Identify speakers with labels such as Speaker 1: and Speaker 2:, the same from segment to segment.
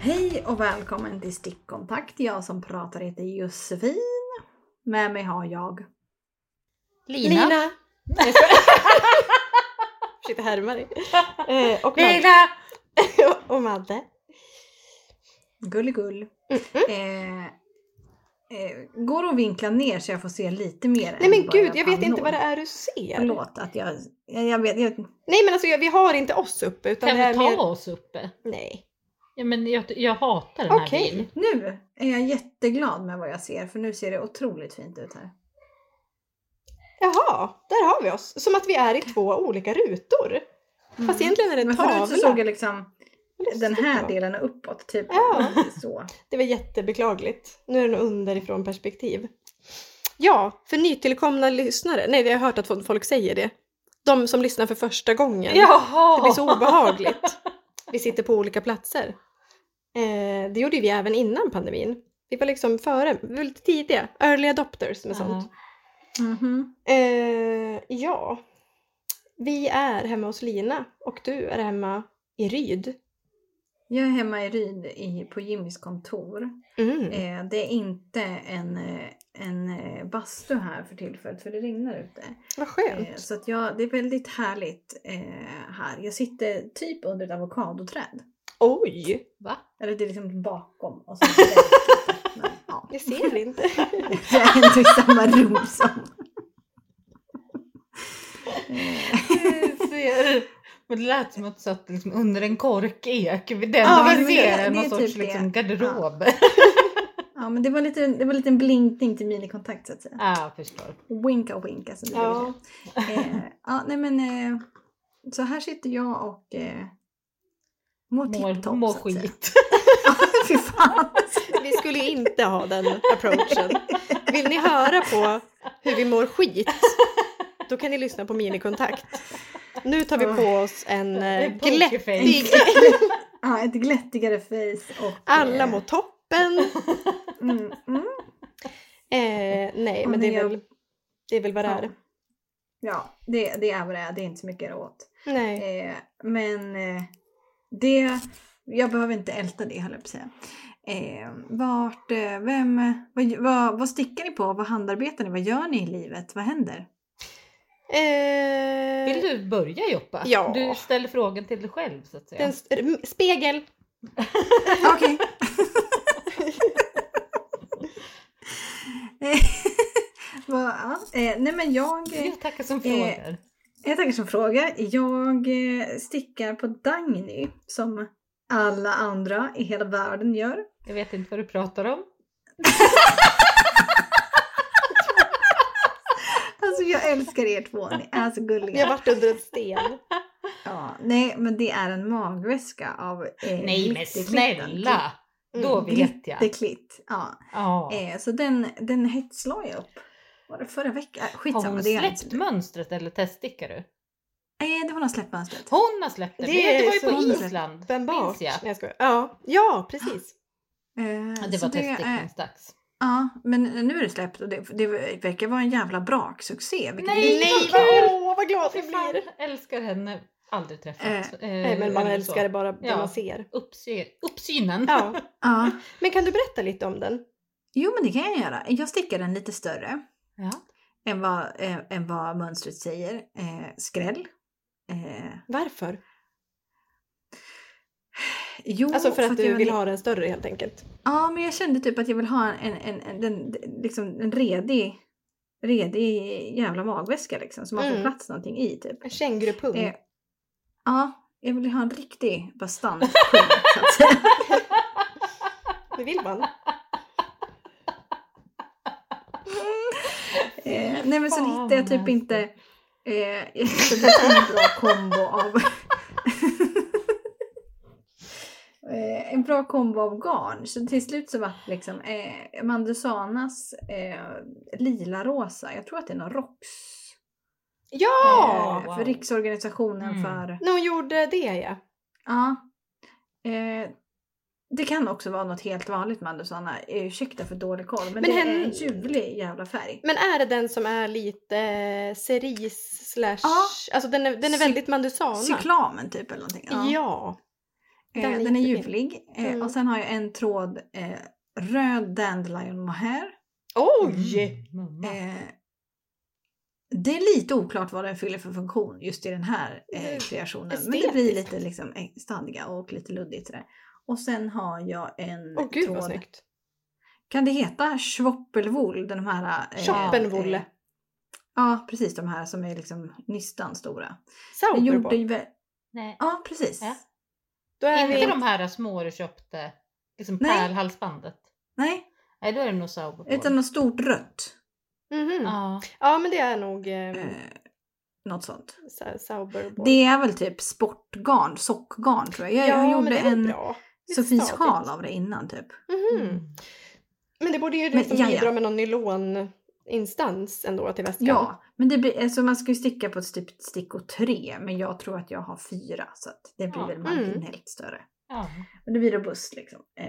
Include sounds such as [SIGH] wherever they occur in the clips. Speaker 1: Hej och välkommen till Stickkontakt. Jag som pratar heter Josefin. Med mig har jag.
Speaker 2: Lina.
Speaker 3: Nej, jag skojar. Försökte
Speaker 1: [LAUGHS]
Speaker 3: härma dig. Eh, och Madde.
Speaker 2: Lina!
Speaker 3: [LAUGHS] och
Speaker 1: Äh,
Speaker 3: Madde.
Speaker 1: Gulligull. Eh, eh, går att vinkla ner så jag får se lite mer?
Speaker 3: Nej
Speaker 1: än
Speaker 3: men
Speaker 1: bara
Speaker 3: gud, jag vet inte
Speaker 1: pannor?
Speaker 3: vad det är du ser.
Speaker 1: Förlåt att jag... Jag, jag vet, jag,
Speaker 3: Nej men alltså jag- vi har inte oss uppe utan
Speaker 2: Kan
Speaker 3: det är
Speaker 2: vi ta oss uppe?
Speaker 3: Nej.
Speaker 2: Ja, men jag, jag hatar den här
Speaker 3: Okej.
Speaker 2: byn.
Speaker 1: nu är jag jätteglad med vad jag ser för nu ser det otroligt fint ut här.
Speaker 3: Jaha, där har vi oss. Som att vi är i två olika rutor. Fast egentligen är det en
Speaker 1: Mm. Men
Speaker 3: tavla.
Speaker 1: förut så såg jag liksom
Speaker 3: Vad lustigt
Speaker 1: den
Speaker 3: det
Speaker 1: här
Speaker 3: var.
Speaker 1: delen är uppåt. Typ
Speaker 3: Ja.
Speaker 1: så.
Speaker 3: Det var jättebeklagligt. Nu är det nog underifrån perspektiv. Ja, för nytillkomna lyssnare. Nej, det har jag hört att folk säger det. De som lyssnar för första gången.
Speaker 2: Jaha!
Speaker 3: Det blir
Speaker 2: [LAUGHS]
Speaker 3: så obehagligt. Vi sitter på olika platser. Eh, det gjorde ju vi även innan pandemin. Vi var liksom före, vi var lite tidiga. Early adopters med sånt.
Speaker 1: Mhm.
Speaker 3: Eh, ja. Vi är hemma hos Lina och du är hemma i Ryd.
Speaker 1: Jag är hemma i Ryd i, på Jimmys kontor.
Speaker 3: Mm.
Speaker 1: Eh, det är inte en, eh, en eh, bastu här för tillfället för det regnar ute.
Speaker 3: Vad
Speaker 1: Eh,
Speaker 3: skönt.
Speaker 1: så att jag, det är väldigt härligt eh, här. Jag sitter typ under ett avokadoträd.
Speaker 3: Oj!
Speaker 2: Va?
Speaker 1: Eller det är liksom bakom och så är det där.
Speaker 3: [LAUGHS]
Speaker 1: Men, ja.
Speaker 3: Jag ser inte.
Speaker 1: Jag är inte i samma rum som...
Speaker 3: [LAUGHS]
Speaker 1: Eh,
Speaker 2: ser. Men det lät som att du satt liksom under en korkek. Den
Speaker 3: Ja,
Speaker 2: man
Speaker 3: men det-
Speaker 1: det
Speaker 2: ser
Speaker 1: är
Speaker 2: är någon sorts
Speaker 1: typ det.
Speaker 2: liksom, garderob.
Speaker 1: Ja men det var lite, det var lite en blinkning till minikontakt så att säga.
Speaker 2: Ja, jag förstår.
Speaker 1: Winka och winka som vi
Speaker 3: Ja.
Speaker 1: brukar säga. eh, ja, nej men eh, så här sitter jag och eh, mår
Speaker 2: Mår,
Speaker 1: tipptopp
Speaker 2: mår
Speaker 1: så att säga.
Speaker 3: [LAUGHS]
Speaker 2: skit.
Speaker 1: [LAUGHS] Ja, fy fan.
Speaker 3: Vi skulle inte ha den approachen. Vill ni höra på
Speaker 2: [LAUGHS]
Speaker 3: hur vi mår skit? Då kan ni lyssna på minikontakt. Nu tar vi på oss en eh,
Speaker 2: Pokerface.
Speaker 3: glättig...
Speaker 1: [LAUGHS] Ja, ett glättigare face och...
Speaker 3: Alla
Speaker 1: eh,
Speaker 3: mår toppen.
Speaker 1: Mm, mm,
Speaker 3: Eh, nej,
Speaker 1: Ja,
Speaker 3: men
Speaker 1: men
Speaker 3: det är
Speaker 1: jag-
Speaker 3: väl, det är väl vad det
Speaker 1: ja.
Speaker 3: är.
Speaker 1: Ja, det, det är vad det är. Det är inte så mycket åt.
Speaker 3: Nej.
Speaker 1: Eh, men eh, det... Jag behöver inte älta det höll jag på att säga. Eh, vart, eh, vem, vad, vad, vad stickar ni på? Vad handarbetar ni? Vad gör ni i livet? Vad händer?
Speaker 2: Vill
Speaker 3: Eh,
Speaker 2: du börja Joppa?
Speaker 3: Ja.
Speaker 2: Du ställer frågan till dig själv så att säga.
Speaker 3: den st- m- spegel!
Speaker 1: Okej. [LAUGHS] Eh, vad- ja, eh, nej men jag... eh,
Speaker 2: Jag tackar som frågar.
Speaker 1: Jag tackar som fråga. Jag eh, stickar på Dagny som alla andra i hela världen gör.
Speaker 2: Jag vet inte vad du pratar om.
Speaker 1: Alltså jag älskar er två, ni är så
Speaker 3: Vi har
Speaker 1: gulliga.
Speaker 3: varit under en sten.
Speaker 2: [LAUGHS]
Speaker 1: Ja, nej men det är en magväska av eh,
Speaker 2: Nej men
Speaker 1: glitterklitten.
Speaker 2: snälla!
Speaker 3: Mm.
Speaker 2: Då vet jag.
Speaker 1: Glitterklitt, ja.
Speaker 2: Ja.
Speaker 1: Eh, så den, den hetslar jag upp. Var det förra veckan? Äh,
Speaker 2: Har
Speaker 1: Skitsamma,
Speaker 2: hon
Speaker 1: det är
Speaker 2: släppt
Speaker 1: inte. Eh,
Speaker 2: mönstret eller teststickar du?
Speaker 1: det var någon släppmönstret.
Speaker 2: Hon har släppt det!
Speaker 3: Det
Speaker 2: Det, det var
Speaker 3: är
Speaker 2: ju
Speaker 3: så
Speaker 2: på
Speaker 1: himla
Speaker 2: Island.
Speaker 3: Uppenbart.
Speaker 2: Minns jag.
Speaker 3: Nej, jag skojar. Ja, ja, precis.
Speaker 1: Eh,
Speaker 2: Ja, Det
Speaker 1: så
Speaker 2: var
Speaker 1: är-
Speaker 2: teststickningsdags.
Speaker 1: Ja, men nu är det släppt och det, det verkar vara en jävla braksuccé. vilket
Speaker 2: [GASPS] Nej,
Speaker 1: är-
Speaker 3: Nej,
Speaker 2: vad
Speaker 3: vad,
Speaker 2: kul!
Speaker 3: åh, vad glad
Speaker 2: Fy
Speaker 3: jag
Speaker 2: fan,
Speaker 3: blir!
Speaker 2: älskar henne. Aldrig träffat.
Speaker 1: Eh,
Speaker 2: Eh,
Speaker 3: Nej, men man
Speaker 2: eller
Speaker 3: älskar det
Speaker 2: så.
Speaker 3: bara det
Speaker 2: Ja.
Speaker 3: man ser.
Speaker 2: Uppsy- uppsynen.
Speaker 3: Ja.
Speaker 1: Ja.
Speaker 3: Men kan du berätta lite om den?
Speaker 1: Jo, men det kan jag göra. Jag stickar den lite större
Speaker 2: Ja.
Speaker 1: än vad, eh, än vad mönstret säger. Eh, skräll. Eh,
Speaker 3: Varför?
Speaker 1: jo,
Speaker 3: Alltså för att du
Speaker 1: jag-
Speaker 3: vill ha den större helt enkelt.
Speaker 1: Ja, men jag kände typ att jag vill ha en, en, en, en, den- liksom en redig, redig jävla magväska liksom. Som man får
Speaker 3: Mm.
Speaker 1: plats någonting i typ.
Speaker 3: En kängurupung.
Speaker 1: Eh, ja, jag vill ha en riktig bastant pung, så att säga.
Speaker 3: Det vill
Speaker 2: [LAUGHS]
Speaker 3: man.
Speaker 1: Eh, nej men så
Speaker 2: Fan, alltså.
Speaker 1: hittade jag typ
Speaker 2: vad
Speaker 1: inte... Eh, [LAUGHS] jag hittade inte en bra kombo av... [LAUGHS] eh, en bra kombo av garn. Så till slut så var det liksom eh, Mandusanas eh, lila-rosa. Jag tror att det är någon ROX.
Speaker 3: Ja!
Speaker 1: eh,
Speaker 2: wow.
Speaker 1: För Riksorganisationen
Speaker 2: Mm.
Speaker 1: för...
Speaker 3: När hon gjorde det ja.
Speaker 1: Ja. Eh, det kan också vara något helt vanligt Mandusana. Eh, Ursäkta för dålig koll. Men,
Speaker 3: Men
Speaker 1: det
Speaker 3: hen-
Speaker 1: är en ljuvlig jävla färg.
Speaker 3: Men är det den som är lite eh, cerise slash...
Speaker 1: Ja.
Speaker 3: Alltså den är, den är
Speaker 1: Cy-
Speaker 3: väldigt mandusana.
Speaker 1: Cyklamen typ eller någonting.
Speaker 3: Ja.
Speaker 1: Eh,
Speaker 3: Den är
Speaker 1: den är
Speaker 3: jättefin.
Speaker 1: ljuvlig. Eh,
Speaker 3: Mm.
Speaker 1: Och sen har jag en tråd eh, röd dandelion mohair.
Speaker 3: Oj!
Speaker 2: mamma.
Speaker 1: Eh, det är lite oklart vad den fyller för funktion just i den här eh,
Speaker 3: Mm.
Speaker 1: kreationen. Men det
Speaker 3: Estetiskt.
Speaker 1: blir lite liksom, eh, stadiga och lite luddigt sådär. Och sen har jag en
Speaker 3: Åh gud vad
Speaker 1: tråd.
Speaker 3: snyggt.
Speaker 1: Kan det heta schwoppelwool? Den här... eh,
Speaker 3: Schoppenwolle.
Speaker 1: eh, Ja, precis. De här som är liksom nystan stora. Den gjorde
Speaker 3: Sauberboll.
Speaker 1: ju vä-
Speaker 2: Nej.
Speaker 1: Ja, precis.
Speaker 2: Ja.
Speaker 3: Då är
Speaker 2: Inte
Speaker 3: vi...
Speaker 2: de här små du köpte, liksom
Speaker 1: Nej.
Speaker 2: pärlhalsbandet.
Speaker 1: Nej,
Speaker 2: Nej, då är det nog Sauberboll.
Speaker 1: utan något stort rött.
Speaker 3: Mhm.
Speaker 2: Ja.
Speaker 3: Ja men det är nog eh,
Speaker 1: Eh, något sånt.
Speaker 3: sa- Sauberboll.
Speaker 1: Det är väl typ sportgarn, sockgarn tror jag. Jag, jag
Speaker 3: men
Speaker 1: gjorde
Speaker 3: det är
Speaker 1: en
Speaker 3: bra. Det är
Speaker 1: Sofies
Speaker 3: stadigt.
Speaker 1: sjal av det innan typ.
Speaker 3: Mhm.
Speaker 2: Mm.
Speaker 3: Men det borde ju liksom
Speaker 1: ja, ja.
Speaker 3: bidra med någon nyloninstans ändå till väskan.
Speaker 1: Ja, men det blir, alltså man ska ju sticka på ett typ stick och tre, men jag tror att jag har fyra så att det blir
Speaker 2: Ja,
Speaker 1: väl
Speaker 3: mm.
Speaker 1: marginellt större.
Speaker 2: Ja.
Speaker 1: Men det blir robust liksom. Eh,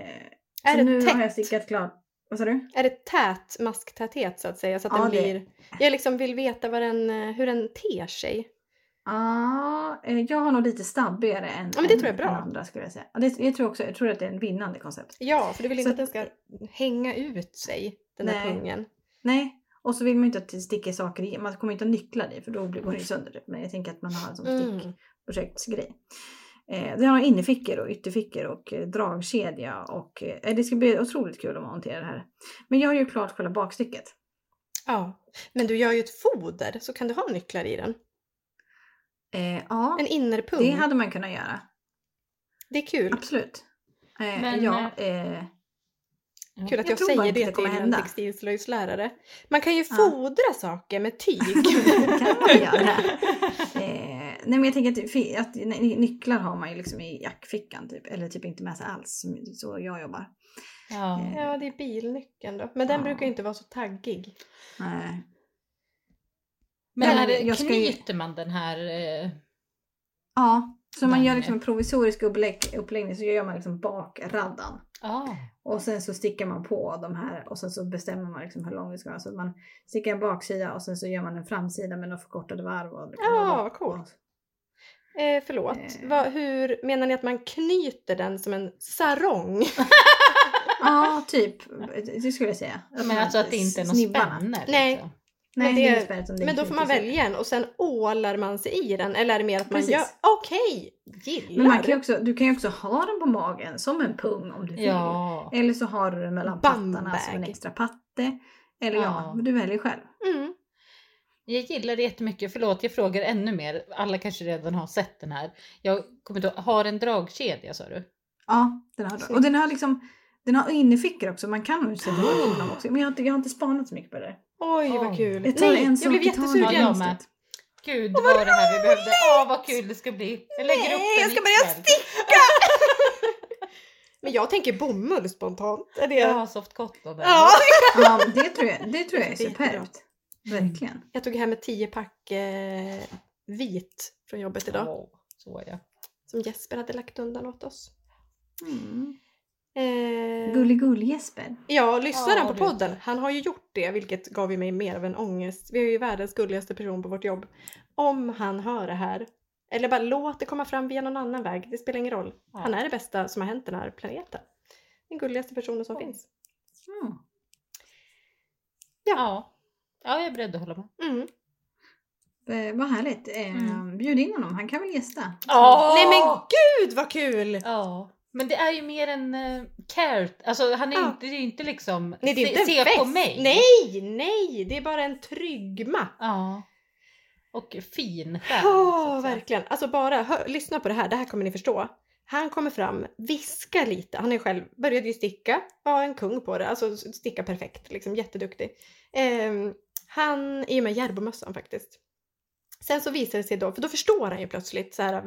Speaker 1: så
Speaker 3: Är
Speaker 1: nu
Speaker 3: det, tätt,
Speaker 1: har jag stickat klart. Vad sa du?
Speaker 3: är det tät masktäthet så att säga? Så att
Speaker 1: Ja,
Speaker 3: den
Speaker 1: det-
Speaker 3: blir... Jag liksom vill veta vad den, eh, hur den ter sig.
Speaker 1: Ja, eh, jag har nog lite stabbigare än,
Speaker 3: Ja, men det
Speaker 1: än-
Speaker 3: tror jag är bra.
Speaker 1: än andra skulle jag säga. Ja, Det, jag tror också, jag tror att det är en vinnande koncept.
Speaker 3: Ja, för du vill
Speaker 1: Så
Speaker 3: inte att den
Speaker 1: att-
Speaker 3: ska hänga ut sig, den där
Speaker 1: Nej.
Speaker 3: pungen.
Speaker 1: Nej, och så vill man ju inte att det sticker saker i. Man kommer inte att nyckla i för då blir- går det ju sönder. typ. Men jag tänker att man har en sån
Speaker 3: Mm.
Speaker 1: stickprojektsgrej. Eh, det har innerfickor och ytterfickor och eh, dragkedja och eh, det ska bli otroligt kul att montera det här. Men jag har ju klart själva bakstycket.
Speaker 3: Ja. Men du gör ju ett foder, så kan du ha nycklar i den.
Speaker 1: Eh, ja,
Speaker 3: En innerpung.
Speaker 1: det hade man kunnat göra.
Speaker 3: Det är kul.
Speaker 1: Absolut. Eh,
Speaker 2: Men,
Speaker 1: ja, eh, [LAUGHS]
Speaker 3: Kul att
Speaker 1: Jag
Speaker 2: [LAUGHS]
Speaker 3: jag,
Speaker 1: tror bara
Speaker 3: säger
Speaker 1: inte
Speaker 3: det
Speaker 1: det kommer
Speaker 3: till en
Speaker 1: hända.
Speaker 3: textilslöjdslärare. Man kan ju
Speaker 1: Ja.
Speaker 3: fodra saker
Speaker 1: [LAUGHS]
Speaker 3: med tyg.
Speaker 1: det kan man göra. Eh, nej men jag tänker att, fi- att ny- nycklar har man ju liksom i jackfickan typ. Eller typ inte med sig alls, som- så jag jobbar.
Speaker 2: Ja.
Speaker 3: ja, det är bilnyckeln då. Men den
Speaker 1: Ja.
Speaker 3: brukar ju inte vara så taggig.
Speaker 1: Nej.
Speaker 2: Men
Speaker 1: Ja,
Speaker 2: är det,
Speaker 1: jag ska ju-
Speaker 2: knyter man den här... Eh,
Speaker 1: Ja, så man
Speaker 2: Nej.
Speaker 1: gör liksom en provisorisk upplägg, uppläggning så gör man liksom bakraddan.
Speaker 2: ja.
Speaker 1: Och sen så stickar man på de här och sen så bestämmer man liksom hur lång det ska vara. Så att man stickar en baksida och sen så gör man en framsida med några förkortade varv. Och det kan
Speaker 3: Ja,
Speaker 1: vara-
Speaker 3: vad coolt. Eh, förlåt,
Speaker 1: Eh.
Speaker 3: Vad- hur menar ni att man knyter den som en sarong?
Speaker 1: Ja, typ. Det skulle jag säga. Att
Speaker 2: Men
Speaker 1: man
Speaker 2: alltså att det inte är någon
Speaker 1: snibbarna.
Speaker 2: spänne.
Speaker 3: Nej.
Speaker 2: Liksom.
Speaker 1: Nej,
Speaker 3: Men
Speaker 1: det är
Speaker 3: det-
Speaker 1: inget spänne, utan det är
Speaker 3: Men då får man
Speaker 1: knutet.
Speaker 3: välja en och sen ålar man sig i den. Eller är det mer att man
Speaker 1: Precis.
Speaker 3: gör, okej,
Speaker 1: Men man
Speaker 3: gillar.
Speaker 1: kan ju också, du kan ju också ha den på magen som en pung om du vill.
Speaker 3: Eh,
Speaker 2: Ja.
Speaker 1: Eller så har du den mellan pattarna som en
Speaker 3: Bumbag.
Speaker 1: extra patte. Eller ja,
Speaker 2: Ja.
Speaker 1: men du väljer själv.
Speaker 3: Mm.
Speaker 2: Jag gillar det jättemycket. Förlåt, jag frågar ännu mer. Alla kanske redan har sett den här. Jag kommer inte ihåg- Har en dragkedja sa du?
Speaker 1: Ja, den har det. Och den har liksom den har innefickor också, man kan nog sätta på dem också. Men jag har, inte, jag har inte spanat så mycket på det där.
Speaker 3: Oj,
Speaker 2: Oj.
Speaker 3: vad kul.
Speaker 1: Jag tar
Speaker 3: Nej,
Speaker 1: en
Speaker 3: jag
Speaker 1: sak
Speaker 3: blev
Speaker 1: i taget.
Speaker 2: Ja, jag
Speaker 3: jättesugen.
Speaker 2: med. Gud vad, det här vi behövde. Åh vad kul det ska bli. Jag lägger
Speaker 3: Nej,
Speaker 2: upp den
Speaker 3: jag ska
Speaker 2: ikväll.
Speaker 3: börja Men jag tänker bomull spontant. Är det...
Speaker 2: Ja, soft cotton. där.
Speaker 3: Ja.
Speaker 1: Ja, men det tror jag, det tror jag är Mm.
Speaker 3: Det är jättebra.
Speaker 1: superbt. Verkligen.
Speaker 3: Jag tog hem ett 10 pack eh, vit från jobbet idag.
Speaker 2: Åh, Så ja.
Speaker 3: Som Jesper hade lagt undan åt oss.
Speaker 1: Mm.
Speaker 3: Eh,
Speaker 1: Gulligull-Jesper.
Speaker 3: Ja, lyssnar
Speaker 2: Ja,
Speaker 3: han på
Speaker 2: du.
Speaker 3: podden? Han har ju gjort det, vilket gav ju mig mer av en ångest. Vi är ju världens gulligaste person på vårt jobb. Om han hör det här, eller bara låt det komma fram via någon annan väg, det spelar ingen roll.
Speaker 2: Ja.
Speaker 3: Han är det bästa som har hänt den här planeten. Den gulligaste personen som
Speaker 2: Oj.
Speaker 3: finns.
Speaker 1: Mm.
Speaker 2: Ja. ja, jag är beredd att hålla med.
Speaker 3: Mm.
Speaker 1: Eh, vad härligt. Eh, Bjud in honom, han kan väl gästa.
Speaker 3: Nej men gud vad kul!
Speaker 2: Ja, men det är ju mer en eh, care. Alltså han är ju
Speaker 3: Ja.
Speaker 2: inte, det är ju inte liksom
Speaker 3: Nej, det är
Speaker 2: se,
Speaker 3: inte en
Speaker 2: se
Speaker 3: fest.
Speaker 2: på mig.
Speaker 3: Nej, nej, det är bara en trygma.
Speaker 2: Ja. Och fin skärm.
Speaker 3: Ja,
Speaker 2: att säga.
Speaker 3: verkligen. Alltså bara hör, lyssna på det här, det här kommer ni förstå. Han kommer fram, viskar lite. Han är själv, började ju sticka, var en kung på det, alltså sticka perfekt, liksom jätteduktig. Ehm, han är ju med i Järbomössan faktiskt. Sen så visar det sig då, för då förstår han ju plötsligt så här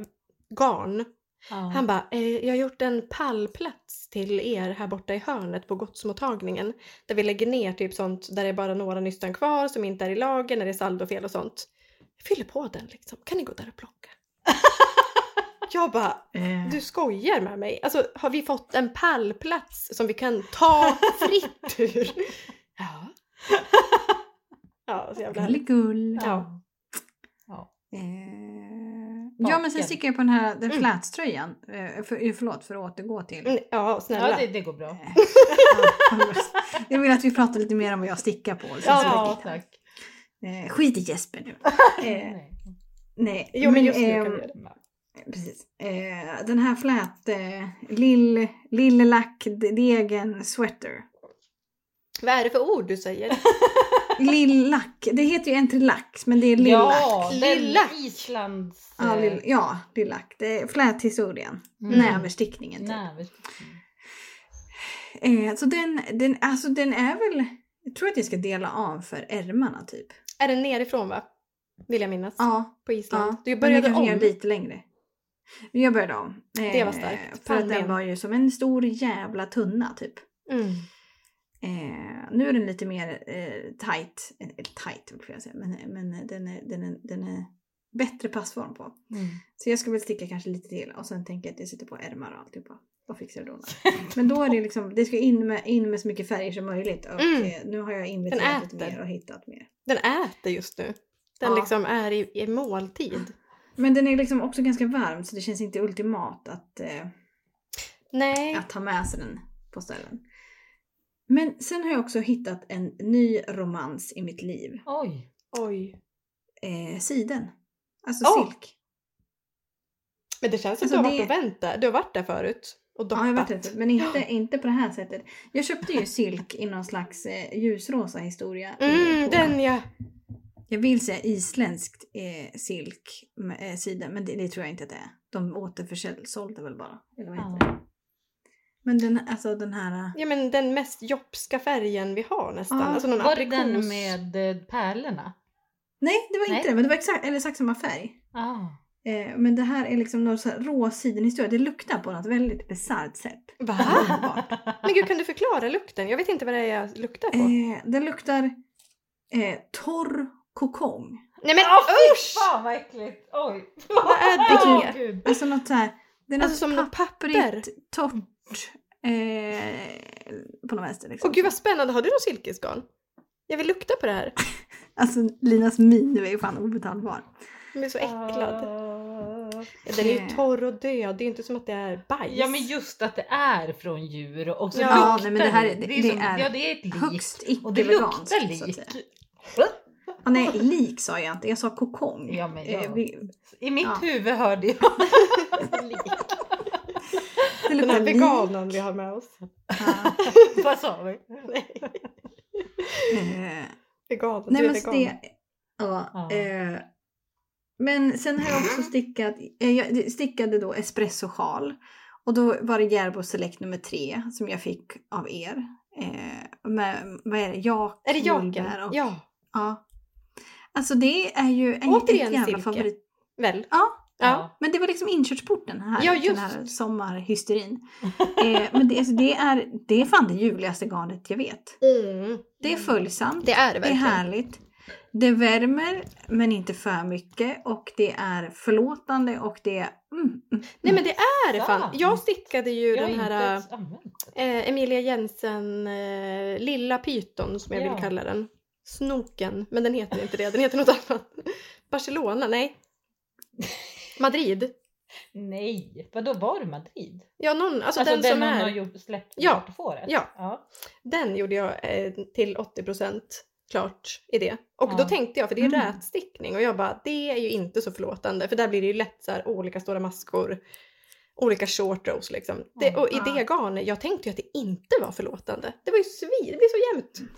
Speaker 3: garn.
Speaker 2: Ja.
Speaker 3: Han bara, eh, jag har gjort en pallplats till er här borta i hörnet på godsmottagningen. Där vi lägger ner typ sånt där det är bara några nystan kvar som inte är i lager när det är saldofel och sånt. Jag fyller på den liksom, kan ni gå där och [LAUGHS] plocka? jag bara,
Speaker 1: Eh,
Speaker 3: du skojar med mig? Alltså har vi fått en pallplats som vi kan ta fritt ur? [LAUGHS] ja. ja, så jävla härligt.
Speaker 1: Gulligull.
Speaker 2: Ja. Ja.
Speaker 1: Eh, Ja men sen
Speaker 2: baken.
Speaker 1: stickar jag på den här den
Speaker 3: Mm.
Speaker 1: flätströjan. Eh, För, förlåt, för att återgå till.
Speaker 3: Mm, Ja, snälla.
Speaker 2: Ja, det, det går bra.
Speaker 1: Eh, ja, jag vill att vi pratar lite mer om vad jag stickar på. Liksom, så
Speaker 2: Ja,
Speaker 1: mycket.
Speaker 2: tack.
Speaker 1: Eh, skit i Jesper
Speaker 3: [LAUGHS]
Speaker 1: nu. Eh,
Speaker 2: Nej.
Speaker 1: nej.
Speaker 3: Jo, men just nu kan
Speaker 1: ehm,
Speaker 3: vi göra det.
Speaker 1: Precis. Eh, den här flät... Eh, lill, lillelackdegen sweater.
Speaker 3: Vad är det för ord du säger?
Speaker 1: Lillack. Det heter ju entrelax men det är lillack.
Speaker 2: Ja,
Speaker 3: Lillack.
Speaker 2: den Islands...
Speaker 1: Ja,
Speaker 2: eh,
Speaker 1: lill, ja lillack. Det är fläthistorien.
Speaker 2: mm,
Speaker 1: Näverstickningen typ.
Speaker 2: näverstickning.
Speaker 1: Eh, så den, den, alltså den är väl... Jag tror att jag ska dela av för ärmarna typ.
Speaker 3: Är den nerifrån va? Vill jag minnas.
Speaker 1: Ja.
Speaker 3: På Island.
Speaker 1: ja. Men
Speaker 3: Du
Speaker 1: jag
Speaker 3: började
Speaker 1: kanske gör
Speaker 3: om.
Speaker 1: lite längre. Men Jag började om. Eh,
Speaker 3: Det var starkt.
Speaker 1: För
Speaker 3: Fan,
Speaker 1: att den
Speaker 3: men.
Speaker 1: var ju som en stor jävla tunna typ.
Speaker 3: Mm.
Speaker 1: Eh, nu är den lite mer eh, tight, eller tight vill jag säga, men, eh, men den, är, den, är, den är bättre passform på.
Speaker 2: Mm.
Speaker 3: [LAUGHS]
Speaker 1: Så jag ska väl sticka kanske lite till och sen tänker jag att jag sitter på ärmar och alltihopa. Vad fixar du då? Men då är det liksom, det ska in med, in med så mycket färger som möjligt och
Speaker 3: Mm.
Speaker 1: eh, nu har jag inventerat lite
Speaker 3: äter.
Speaker 1: mer och hittat mer.
Speaker 3: Den äter just nu. Den
Speaker 1: Ja.
Speaker 3: liksom är i, i måltid.
Speaker 1: Men den är liksom också ganska varm så det känns inte ultimat att, eh,
Speaker 3: Nej.
Speaker 1: att ha med sig den på ställen. Men sen har jag också hittat en ny romans i mitt liv.
Speaker 2: Oj.
Speaker 3: Oj.
Speaker 1: Eh, siden. Alltså
Speaker 3: Åh!
Speaker 1: silk.
Speaker 3: Men det känns som
Speaker 1: Alltså,
Speaker 3: du har varit
Speaker 1: det-
Speaker 3: och vänt där. Du har varit där förut. Och doppat.
Speaker 1: Ja, jag vet inte. Men inte, inte på det här sättet. Jag köpte ju silk i någon slags eh, ljusrosa historia. i Polen.
Speaker 3: Mm, den ja.
Speaker 1: Jag vill säga isländskt eh, silk med, eh, sida, men det, det tror jag inte att det är. De återförsålde väl bara. Eller vad heter det?
Speaker 2: Ja.
Speaker 1: Men den, alltså den här... eh,
Speaker 3: Ja men den mest jopska färgen vi har nästan.
Speaker 1: Ja,
Speaker 3: alltså någon
Speaker 2: Var det
Speaker 3: aprikos.
Speaker 2: den med eh, pärlorna?
Speaker 1: Nej, det var inte
Speaker 2: Nej.
Speaker 1: det. Men det var exakt, eller exakt samma färg.
Speaker 2: Ah.
Speaker 1: Eh, men det här är liksom någon så här rå sidenhistoria. Det luktar på något väldigt bisarrt sätt.
Speaker 3: Va?
Speaker 1: Underbart.
Speaker 3: Men gud kan du förklara lukten? Jag vet inte vad det är jag luktar på.
Speaker 1: Eh, den luktar eh, torr kokong.
Speaker 3: Nej men
Speaker 2: Ah, fy
Speaker 3: usch!
Speaker 2: Fan vad äckligt! Oj!
Speaker 3: Vad är
Speaker 2: Åh,
Speaker 3: det?
Speaker 2: gud.
Speaker 1: Alltså något så här. Det är något
Speaker 3: Alltså som något papper.
Speaker 1: papprigt, torrt. Eh, på något vänster liksom.
Speaker 3: Åh gud vad spännande, har du någon silkesgarn? Jag vill lukta på det här.
Speaker 1: Alltså Linas min nu är ju fan obetalbar.
Speaker 3: Jag är så äcklad.
Speaker 2: Ah.
Speaker 3: Ja, Den är ju
Speaker 1: Eh.
Speaker 3: torr och död, det är ju inte som att det är bajs.
Speaker 2: Ja men just att det är från djur och så
Speaker 3: Ja,
Speaker 2: luktar
Speaker 1: nej, men det här är-
Speaker 2: det.
Speaker 1: det-
Speaker 2: är
Speaker 1: det
Speaker 2: som,
Speaker 1: är
Speaker 2: ja, det är ett lik.
Speaker 1: Högst
Speaker 2: och det
Speaker 1: icke-veganskt.
Speaker 2: luktar
Speaker 1: så att säga.
Speaker 2: lik.
Speaker 1: Ah, nej, lik sa jag inte. Jag sa kokong.
Speaker 2: Ja, men ja.
Speaker 1: Eh, vi,
Speaker 2: I mitt
Speaker 1: Ja.
Speaker 2: huvud hörde jag.
Speaker 1: det
Speaker 3: [LAUGHS] Den
Speaker 1: luktar
Speaker 3: här
Speaker 1: lik.
Speaker 3: veganen vi har med oss.
Speaker 1: Ja.
Speaker 2: Vad sa vi?
Speaker 3: Nej,
Speaker 1: Eh,
Speaker 3: veganen,
Speaker 1: nej
Speaker 3: du är
Speaker 1: men så
Speaker 3: vegan.
Speaker 1: det... Ja.
Speaker 2: Ja.
Speaker 1: Eh, men sen har jag också stickat, eh, jag stickade då espressosjal. Och då var det Järbo Select nummer tre som jag fick av er. Eh, med, vad är det? Jak,
Speaker 3: Är det
Speaker 1: jordbär
Speaker 3: jaken?
Speaker 1: och
Speaker 3: Ja,
Speaker 1: Ja. Alltså det är ju en ett
Speaker 3: Återigen
Speaker 1: jävla
Speaker 3: silke.
Speaker 1: favorit.
Speaker 3: väl?
Speaker 1: Ja,
Speaker 3: Ja.
Speaker 1: men det var liksom inkörsporten här.
Speaker 3: Ja,
Speaker 1: Den
Speaker 3: just.
Speaker 1: här
Speaker 3: [LAUGHS]
Speaker 1: sommarhysterin. eh, men det, alltså det, är, det är fan det ljuvligaste garnet jag vet.
Speaker 3: Mm.
Speaker 1: Det är följsamt,
Speaker 3: Det är det
Speaker 1: det är
Speaker 3: verkligen.
Speaker 1: härligt. Det värmer, men inte för mycket. Och det är förlåtande och det är... Mm, mm.
Speaker 3: Nej men det är det fan.
Speaker 2: Fan.
Speaker 3: Jag stickade ju
Speaker 2: Jag har
Speaker 3: den
Speaker 2: inte
Speaker 3: här äh,
Speaker 2: ens använt det.
Speaker 3: eh, Emilia Jensen eh, lilla pyton som jag
Speaker 2: Ja.
Speaker 3: vill kalla den. Snoken, men den heter inte det. Den heter något annat. Barcelona, nej. Madrid.
Speaker 2: Nej, vadå var det Madrid?
Speaker 3: Ja, någon, alltså,
Speaker 2: alltså
Speaker 3: den, som
Speaker 2: hon
Speaker 3: är.
Speaker 2: har gjort, släppt
Speaker 3: Ja.
Speaker 2: bort fåret?
Speaker 3: Ja.
Speaker 2: ja.
Speaker 3: Den gjorde jag eh, till 80% klart i det. Och då
Speaker 2: Ja.
Speaker 3: tänkte jag, för det är
Speaker 1: Mm.
Speaker 3: rätstickning och jag bara, det är ju inte så förlåtande för där blir det ju lätt så här olika stora maskor, olika short rows liksom. Det,
Speaker 2: Ja.
Speaker 3: och i
Speaker 1: Ja.
Speaker 3: det garnet, jag tänkte ju att det inte var förlåtande. Det var ju svin, det blir så jämnt.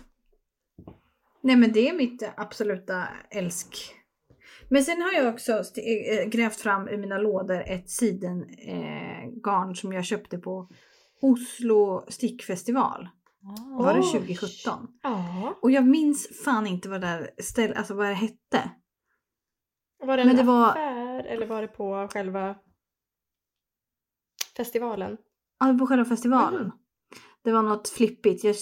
Speaker 1: Nej men det är mitt absoluta älsk. Men sen har jag också st- eh, grävt fram ur mina lådor ett sidengarn eh, garn som jag köpte på Oslo stickfestival.
Speaker 2: Ah.
Speaker 1: Var det
Speaker 3: Oj.
Speaker 1: 2017?
Speaker 3: Ja.
Speaker 1: Och jag minns fan inte vad det där ställ, alltså vad det hette.
Speaker 3: Var det en
Speaker 1: Men det var-
Speaker 3: affär eller var det på själva festivalen?
Speaker 1: Ja, på själva festivalen.
Speaker 3: Mhm.
Speaker 1: Det var något flippigt. Jag,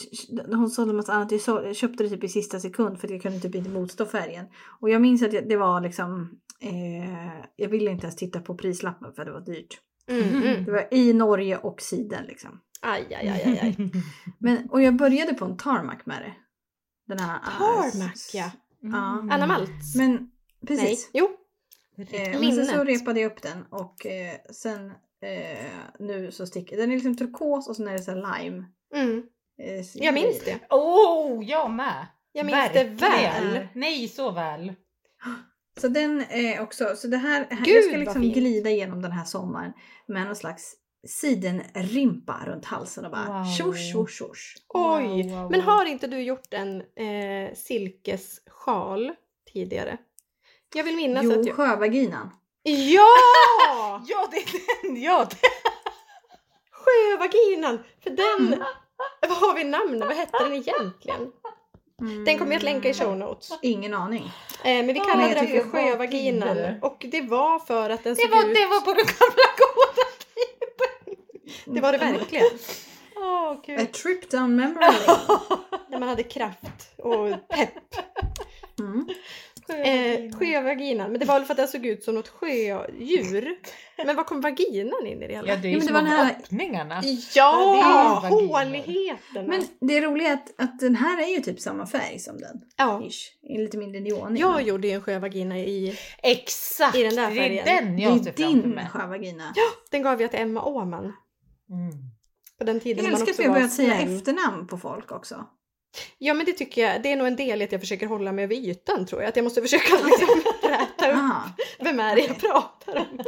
Speaker 1: hon sålde en massa annat. Jag, så, jag köpte det typ i sista sekund för att jag kunde typ inte motstå färgen. Och jag minns att jag, det var liksom... Eh, jag ville inte ens titta på prislappen för det var dyrt.
Speaker 2: Mm.
Speaker 1: Det var i Norge och siden liksom.
Speaker 3: Aj, aj, aj, aj,
Speaker 2: [LAUGHS]
Speaker 3: aj.
Speaker 1: Men, och jag började på en tarmac med det. Den här... ah,
Speaker 3: Tarmac, [LAUGHS] ja.
Speaker 1: Ja.
Speaker 2: Mm.
Speaker 3: Anna Maltz.
Speaker 1: Men precis.
Speaker 3: Nej, jo.
Speaker 1: Eh, men sen
Speaker 3: Linnet.
Speaker 1: så repade jag upp den och eh, sen eh, nu så sticker den. är liksom turkos och sen är det så här lime.
Speaker 3: Mm.
Speaker 1: Eh,
Speaker 3: Jag minns det.
Speaker 2: Åh, oh, jag med!
Speaker 3: Jag minns det
Speaker 2: Verkligen.
Speaker 3: väl.
Speaker 2: Nej, så väl.
Speaker 1: Så den är också, så det här,
Speaker 3: Gud,
Speaker 1: jag ska
Speaker 3: vad
Speaker 1: liksom
Speaker 3: fint.
Speaker 1: glida igenom den här sommaren med någon slags sidenrimpa runt halsen och bara
Speaker 2: Wow.
Speaker 1: tjosch tjosch tjosch.
Speaker 3: Oj!
Speaker 2: Wow, wow,
Speaker 3: Men
Speaker 2: wow.
Speaker 3: har inte du gjort en eh, silkessjal tidigare? Jag vill minnas
Speaker 1: jo,
Speaker 3: att jag...
Speaker 1: sjövaginan.
Speaker 3: Ja!
Speaker 2: Ja, det är den! Ja, det...
Speaker 3: Sjövaginan! För den... Vad har vi namn? Vad hette den egentligen? Mm. Den kommer jag att länka i show notes.
Speaker 1: Ingen aning.
Speaker 3: Eh, men vi
Speaker 2: Ja,
Speaker 3: kallade
Speaker 1: Mm. men jag
Speaker 3: den för
Speaker 1: tycker bara
Speaker 3: sjövaginan.
Speaker 2: tider.
Speaker 3: Och det var för att den
Speaker 2: Det
Speaker 3: såg
Speaker 2: var,
Speaker 3: ut...
Speaker 2: det var på den gamla goda tiden!
Speaker 3: Det var det verkligen.
Speaker 2: Åh,
Speaker 1: Mm. A
Speaker 2: gud.
Speaker 1: trip down memory lane.
Speaker 3: [LAUGHS] När man hade kraft och pepp.
Speaker 1: Mm.
Speaker 3: Eh, sjövaginan. Men det var väl för att den såg ut som något sjödjur. Men var kom vaginan in i det hela?
Speaker 2: Ja, det
Speaker 1: Ja,
Speaker 2: är ju
Speaker 1: men det
Speaker 2: som
Speaker 1: var den här-
Speaker 2: öppningarna.
Speaker 1: Ah,
Speaker 3: Ja,
Speaker 2: det är vaginor.
Speaker 3: håligheterna!
Speaker 1: Men det roliga är att, att den här är ju typ samma färg som den.
Speaker 3: ja.
Speaker 1: Ish. I Lite mindre neonig.
Speaker 3: Jag gjorde ju en sjövagina i...
Speaker 2: Exakt!
Speaker 3: I den där
Speaker 2: det
Speaker 3: färgen.
Speaker 2: är den
Speaker 1: det
Speaker 2: jag
Speaker 1: är
Speaker 2: ser framför
Speaker 1: din
Speaker 2: mig.
Speaker 1: sjövagina.
Speaker 3: Den gav jag till Emma Åhman.
Speaker 2: Mm.
Speaker 3: På den tiden
Speaker 1: Jag
Speaker 3: man
Speaker 1: älskar att
Speaker 3: också
Speaker 1: vi har
Speaker 3: var
Speaker 1: börjat säga
Speaker 3: snäll.
Speaker 1: efternamn på folk också.
Speaker 3: Ja men det tycker jag, det är nog en del i att jag försöker hålla mig över ytan tror jag. Att jag måste försöka liksom räta upp
Speaker 1: Aha.
Speaker 3: [LAUGHS]
Speaker 1: [LAUGHS]
Speaker 3: vem är det jag pratar om.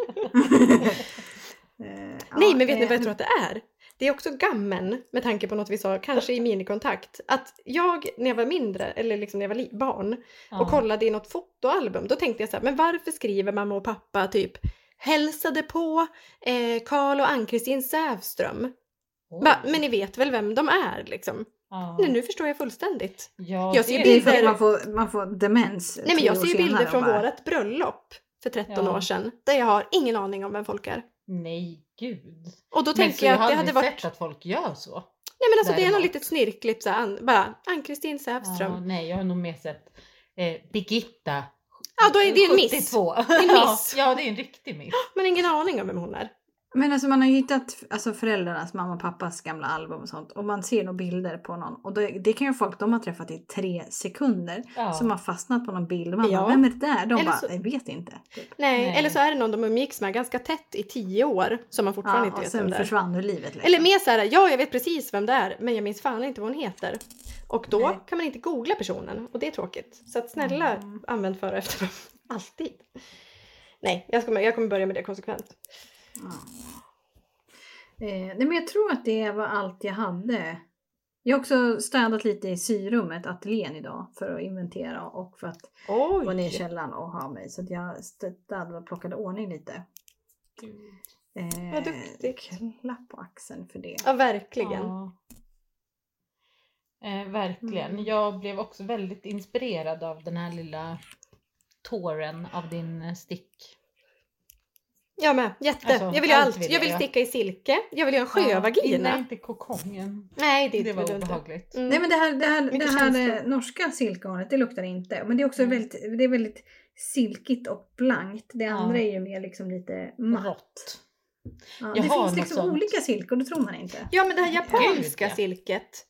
Speaker 1: Eh, ja,
Speaker 3: Nej men vet ni
Speaker 1: eh,
Speaker 3: vad jag tror att det är? Det är också gammen, med tanke på något vi sa, kanske i minikontakt. Att jag när jag var mindre, eller liksom när jag var li- barn,
Speaker 2: Ja.
Speaker 3: och kollade i något fotoalbum, då tänkte jag så här, men varför skriver mamma och pappa typ hälsade på eh, Karl och Ann-Kristin Sävström?
Speaker 2: Åh.
Speaker 3: Va, men ni vet väl vem de är liksom?
Speaker 2: Ja.
Speaker 3: Nej, nu förstår jag fullständigt.
Speaker 2: Ja,
Speaker 3: jag
Speaker 2: det
Speaker 3: ser
Speaker 2: är
Speaker 1: Det är för
Speaker 3: bilder.
Speaker 1: att man får, man får demens
Speaker 3: Nej men jag
Speaker 1: tio år
Speaker 3: ser ju bilder
Speaker 1: senare och
Speaker 3: från
Speaker 1: bara,
Speaker 3: vårt bröllop för 13
Speaker 2: Ja.
Speaker 3: år sedan där jag har ingen aning om vem folk är.
Speaker 2: Nej, gud.
Speaker 3: Och då
Speaker 2: Men så
Speaker 3: tänker
Speaker 2: jag
Speaker 3: jag att
Speaker 2: har
Speaker 3: det hade
Speaker 2: aldrig
Speaker 3: varit...
Speaker 2: sett att folk gör så.
Speaker 3: Nej men alltså det är något
Speaker 2: däremot.
Speaker 3: litet snirkligt så här, an- bara Ann-Kristin Sävström.
Speaker 2: Ja, nej, jag har nog mer sett eh, Birgitta.
Speaker 3: Ja, då är det en miss.
Speaker 2: 72.
Speaker 3: en miss.
Speaker 2: [LAUGHS] Ja, det är en riktig miss.
Speaker 3: Men ingen aning om vem hon är.
Speaker 1: Men alltså man har ju hittat alltså föräldrarnas, mamma och pappas gamla album och sånt och man ser nog bilder på någon och då, det kan ju folk de har träffat i tre sekunder
Speaker 2: Ja.
Speaker 1: som har fastnat på någon bild och man
Speaker 3: Ja.
Speaker 1: bara, vem är det där? De
Speaker 3: Eller
Speaker 1: bara,
Speaker 3: så-
Speaker 1: jag vet inte. Typ.
Speaker 3: Nej.
Speaker 2: Nej.
Speaker 3: eller så är det någon de umgicks med ganska tätt i tio år som man
Speaker 1: Ja,
Speaker 3: fortfarande
Speaker 1: och
Speaker 3: inte vet vem
Speaker 1: sen
Speaker 3: det är.
Speaker 1: försvann ur livet. Liksom.
Speaker 3: Eller mer så här, ja jag vet precis vem det är men jag minns fan inte vad hon heter. Och då
Speaker 1: Nej.
Speaker 3: kan man inte googla personen och det är tråkigt. Så att snälla
Speaker 1: Mm.
Speaker 3: använd före och efternamn. [LAUGHS] Alltid. Nej, jag, ska, jag kommer börja med det konsekvent.
Speaker 1: Ja. Eh, nej men jag tror att det var allt jag hade. Jag har också städat lite i syrummet, ateljén idag, för att inventera och för att
Speaker 3: Oj!
Speaker 1: gå ner i källaren och ha mig. Så att jag städade och plockade ordning lite. Eh,
Speaker 3: Vad duktigt.
Speaker 1: Klapp på axeln för det.
Speaker 3: Ja, verkligen.
Speaker 2: Ja. Eh, verkligen.
Speaker 1: Mm.
Speaker 2: Jag blev också väldigt inspirerad av den här lilla tåren av din eh, stick.
Speaker 3: Jag med, jätte.
Speaker 2: Alltså,
Speaker 3: jag vill ju
Speaker 2: allt
Speaker 3: allt.
Speaker 2: vill
Speaker 3: jag vill
Speaker 2: jag.
Speaker 3: sticka i silke. Jag vill ju ha en sjövagina.
Speaker 2: Nej,
Speaker 3: nej.
Speaker 2: inte kokongen.
Speaker 3: det,
Speaker 2: Det
Speaker 3: vill
Speaker 2: var
Speaker 3: jag inte.
Speaker 2: obehagligt.
Speaker 3: Mm.
Speaker 1: Nej men det här, det här, det
Speaker 3: Mycket
Speaker 1: här
Speaker 3: känslor.
Speaker 1: eh, norska silkegarnet, det luktar inte. Men det är också
Speaker 2: Mm.
Speaker 1: väldigt, det är väldigt silkigt och blankt. Det andra
Speaker 2: Ja.
Speaker 1: är ju mer liksom lite
Speaker 3: Mm.
Speaker 1: matt.
Speaker 2: Rått.
Speaker 1: Ja,
Speaker 2: Jag
Speaker 1: det
Speaker 2: har
Speaker 1: finns
Speaker 2: något
Speaker 1: liksom
Speaker 2: sånt.
Speaker 1: olika silkor, det tror man inte.
Speaker 3: Ja men det här japanska
Speaker 2: Gud, ja.
Speaker 3: silket.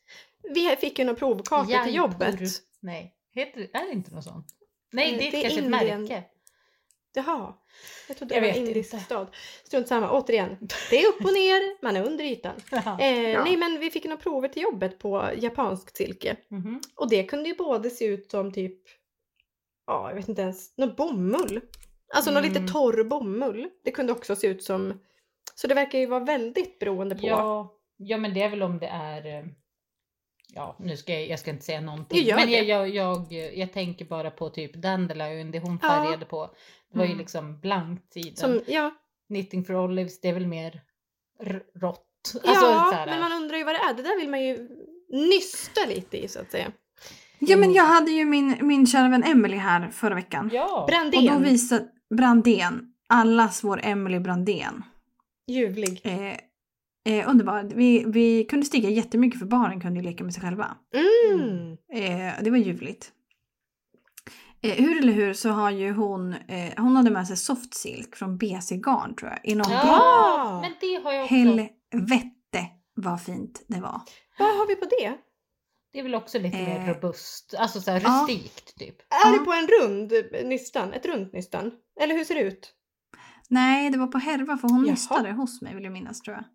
Speaker 3: Vi fick ju någon provkaka till
Speaker 2: Jaipur.
Speaker 3: jobbet.
Speaker 2: Nej, heter, är det inte något sånt? Nej,
Speaker 3: Eh,
Speaker 2: det är,
Speaker 3: det är
Speaker 2: kanske
Speaker 3: Indien. [LAUGHS]
Speaker 2: ett märke.
Speaker 3: Jaha. Jag trodde
Speaker 2: Jag
Speaker 3: det var
Speaker 2: vet
Speaker 3: en indisk
Speaker 2: inte.
Speaker 3: stad. Strunt samma, återigen. Det är upp och ner, man är under ytan. Eh,
Speaker 1: Ja.
Speaker 3: Nej men vi fick några prover till jobbet på japanskt silke.
Speaker 2: Mhm.
Speaker 3: Och det kunde ju både se ut som typ, ja jag vet inte ens, någon bomull. Alltså någon
Speaker 2: Mm.
Speaker 3: lite torr bomull. Det kunde också se ut som, så det verkar ju vara väldigt beroende på.
Speaker 2: Ja, ja, men det är väl om det är... eh, Ja, nu ska jag, jag ska inte säga någonting.
Speaker 3: Du gör
Speaker 2: men
Speaker 3: det.
Speaker 2: jag, jag, jag, jag tänker bara på typ Dandelion, det hon
Speaker 3: Ja.
Speaker 2: färgade på. Det var ju
Speaker 1: Mm.
Speaker 2: liksom blankt i den.
Speaker 3: Som, ja,
Speaker 2: Knitting for Olives, det är väl mer r- rått.
Speaker 3: ja
Speaker 2: Alltså, så här,
Speaker 3: men man undrar ju vad det är. Det där vill man ju nysta lite i så att säga. Mm.
Speaker 1: Ja men jag hade ju min, min kära vän Emily här förra veckan.
Speaker 2: Ja,
Speaker 1: Och då
Speaker 3: Brandén,
Speaker 1: visade Brandén, allas vår Emily Brandén.
Speaker 3: ljuvlig.
Speaker 1: Eh, eh, underbar. Vi, vi kunde stiga jättemycket för barnen kunde ju leka med sig själva.
Speaker 3: Mm.
Speaker 1: Eh, det var ljuvligt. Eh, hur eller hur så har ju hon, eh, hon hade med sig soft silk från BC Garn tror jag. I någon blå.
Speaker 3: Ja.
Speaker 2: men det har jag också.
Speaker 1: Helvete vad fint det var.
Speaker 3: Vad har vi på det?
Speaker 2: Det är väl också lite
Speaker 1: Eh.
Speaker 2: mer robust, alltså så här
Speaker 1: Ja.
Speaker 2: rustikt typ.
Speaker 3: Är
Speaker 1: Ja.
Speaker 3: det på en rund nystan? Ett runt nystan? Eller hur ser det ut?
Speaker 1: Nej, det var på Herva för hon
Speaker 3: Jaha.
Speaker 1: nystade hos mig vill jag minnas tror jag.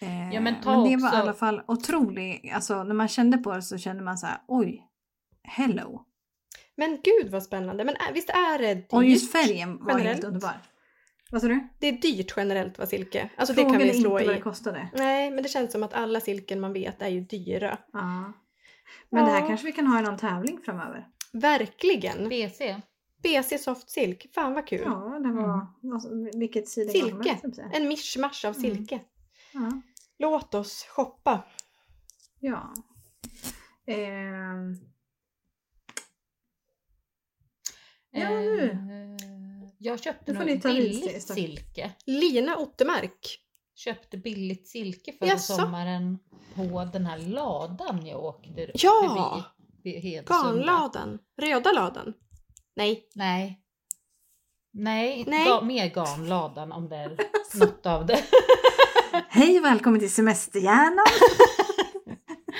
Speaker 1: Eh,
Speaker 2: Ja, men ta
Speaker 1: det var i
Speaker 2: också-
Speaker 1: alla fall otroligt, alltså när man kände på det så kände man så här, oj, hello.
Speaker 3: Men gud vad spännande. Men ä- visst är det dyrt?
Speaker 1: Och just färgen var
Speaker 3: generellt.
Speaker 1: helt underbar. Vad sa du?
Speaker 3: Det är dyrt generellt va silke? Alltså
Speaker 1: Frågan
Speaker 3: det kan
Speaker 1: är
Speaker 3: vi slå
Speaker 1: inte vad det
Speaker 3: i.
Speaker 1: kostade.
Speaker 3: Nej, men det känns som att alla silken man vet är ju dyra.
Speaker 1: Ja. Men det här
Speaker 3: Ja.
Speaker 1: kanske vi kan ha i någon tävling framöver.
Speaker 3: Verkligen.
Speaker 2: BC.
Speaker 3: BC soft silk, fan vad kul.
Speaker 1: Ja, det var...
Speaker 2: Mm.
Speaker 1: Alltså, vilket sida
Speaker 3: Silke.
Speaker 1: var det, så att säga.
Speaker 3: En mischmasch av
Speaker 2: Mm.
Speaker 3: silke.
Speaker 1: Ja.
Speaker 3: Låt oss shoppa.
Speaker 1: ja. Ehm, Ja, nu.
Speaker 2: Eh, Jag köpte
Speaker 1: Nu får
Speaker 2: nog
Speaker 1: ni ta vid,
Speaker 2: billigt
Speaker 1: stack-
Speaker 2: silke.
Speaker 3: Lina Ottermark.
Speaker 2: Köpte billigt silke förra
Speaker 3: Jaså?
Speaker 2: sommaren på den här ladan jag åkte
Speaker 3: Ja!
Speaker 2: förbi. vid Hedesunda.
Speaker 3: Garnladan. Röda ladan. Nej.
Speaker 2: Nej. Nej,
Speaker 3: Nej.
Speaker 2: Ga- mer garnladan om det är något av det.
Speaker 1: Hej och välkommen till Semesterhjärnan!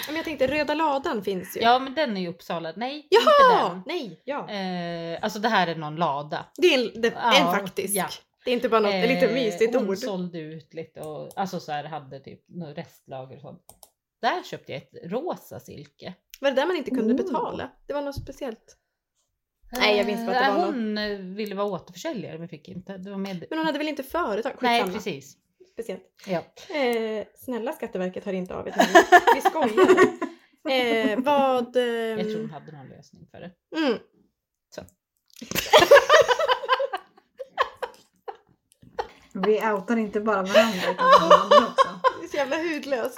Speaker 3: Men jag tänkte röda ladan finns ju.
Speaker 2: Ja men den är ju Uppsala. Nej,
Speaker 3: Jaha!
Speaker 2: inte den.
Speaker 3: Nej, ja.
Speaker 2: Eh, alltså det här är någon lada.
Speaker 3: Det är en, det,
Speaker 2: Ja,
Speaker 3: en faktisk.
Speaker 2: ja.
Speaker 3: Det är inte bara något
Speaker 2: Eh,
Speaker 3: lite mysigt
Speaker 2: hon
Speaker 3: ord.
Speaker 2: sålde ut lite och alltså så här hade typ några restlager och sånt. Där köpte jag ett rosa silke.
Speaker 3: Var det där man inte kunde
Speaker 1: Oh.
Speaker 3: betala? Det var något speciellt. Nej, jag minns bara att det
Speaker 2: Eh,
Speaker 3: var
Speaker 2: Hon eh, ville vara återförsäljare men fick inte. Det var med...
Speaker 3: Men hon hade väl inte företag?
Speaker 2: Nej
Speaker 3: Skitsamma.
Speaker 2: precis.
Speaker 3: Speciellt.
Speaker 2: Ja.
Speaker 3: Eh, snälla Skatteverket, hör inte av er till mig.
Speaker 2: [LAUGHS]
Speaker 3: Vi skojar. Eh, vad... ehm,
Speaker 2: Jag tror hon hade någon lösning för det.
Speaker 3: mm.
Speaker 1: Vi outar inte bara varandra utan varandra också. [LAUGHS]
Speaker 3: Det är så jävla
Speaker 2: [LAUGHS]
Speaker 3: hudlöst.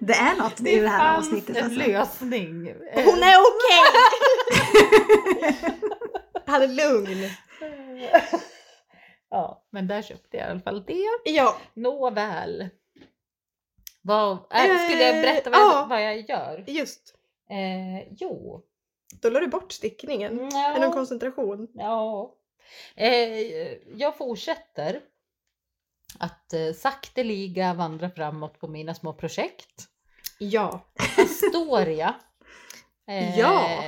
Speaker 1: Det är något i det här
Speaker 2: fanns
Speaker 1: avsnittet
Speaker 2: en
Speaker 1: alltså.
Speaker 2: lösning. Eh,
Speaker 3: Hon är okej! [LAUGHS] Han är lugn.
Speaker 2: [LAUGHS] ja, men där köpte jag i alla fall det.
Speaker 3: Ja,
Speaker 2: Nåväl. Vad, äh, skulle jag berätta vad
Speaker 3: Eh,
Speaker 2: jag,
Speaker 3: ja.
Speaker 2: vad jag gör?
Speaker 3: just.
Speaker 2: Eh, jo.
Speaker 3: Då la du bort stickningen. Är det någon
Speaker 2: Ja.
Speaker 3: koncentration?
Speaker 2: ja. Eh, jag fortsätter att eh, sakteliga vandra framåt på mina små projekt.
Speaker 3: Ja.
Speaker 2: Astoria. Eh,
Speaker 3: Ja.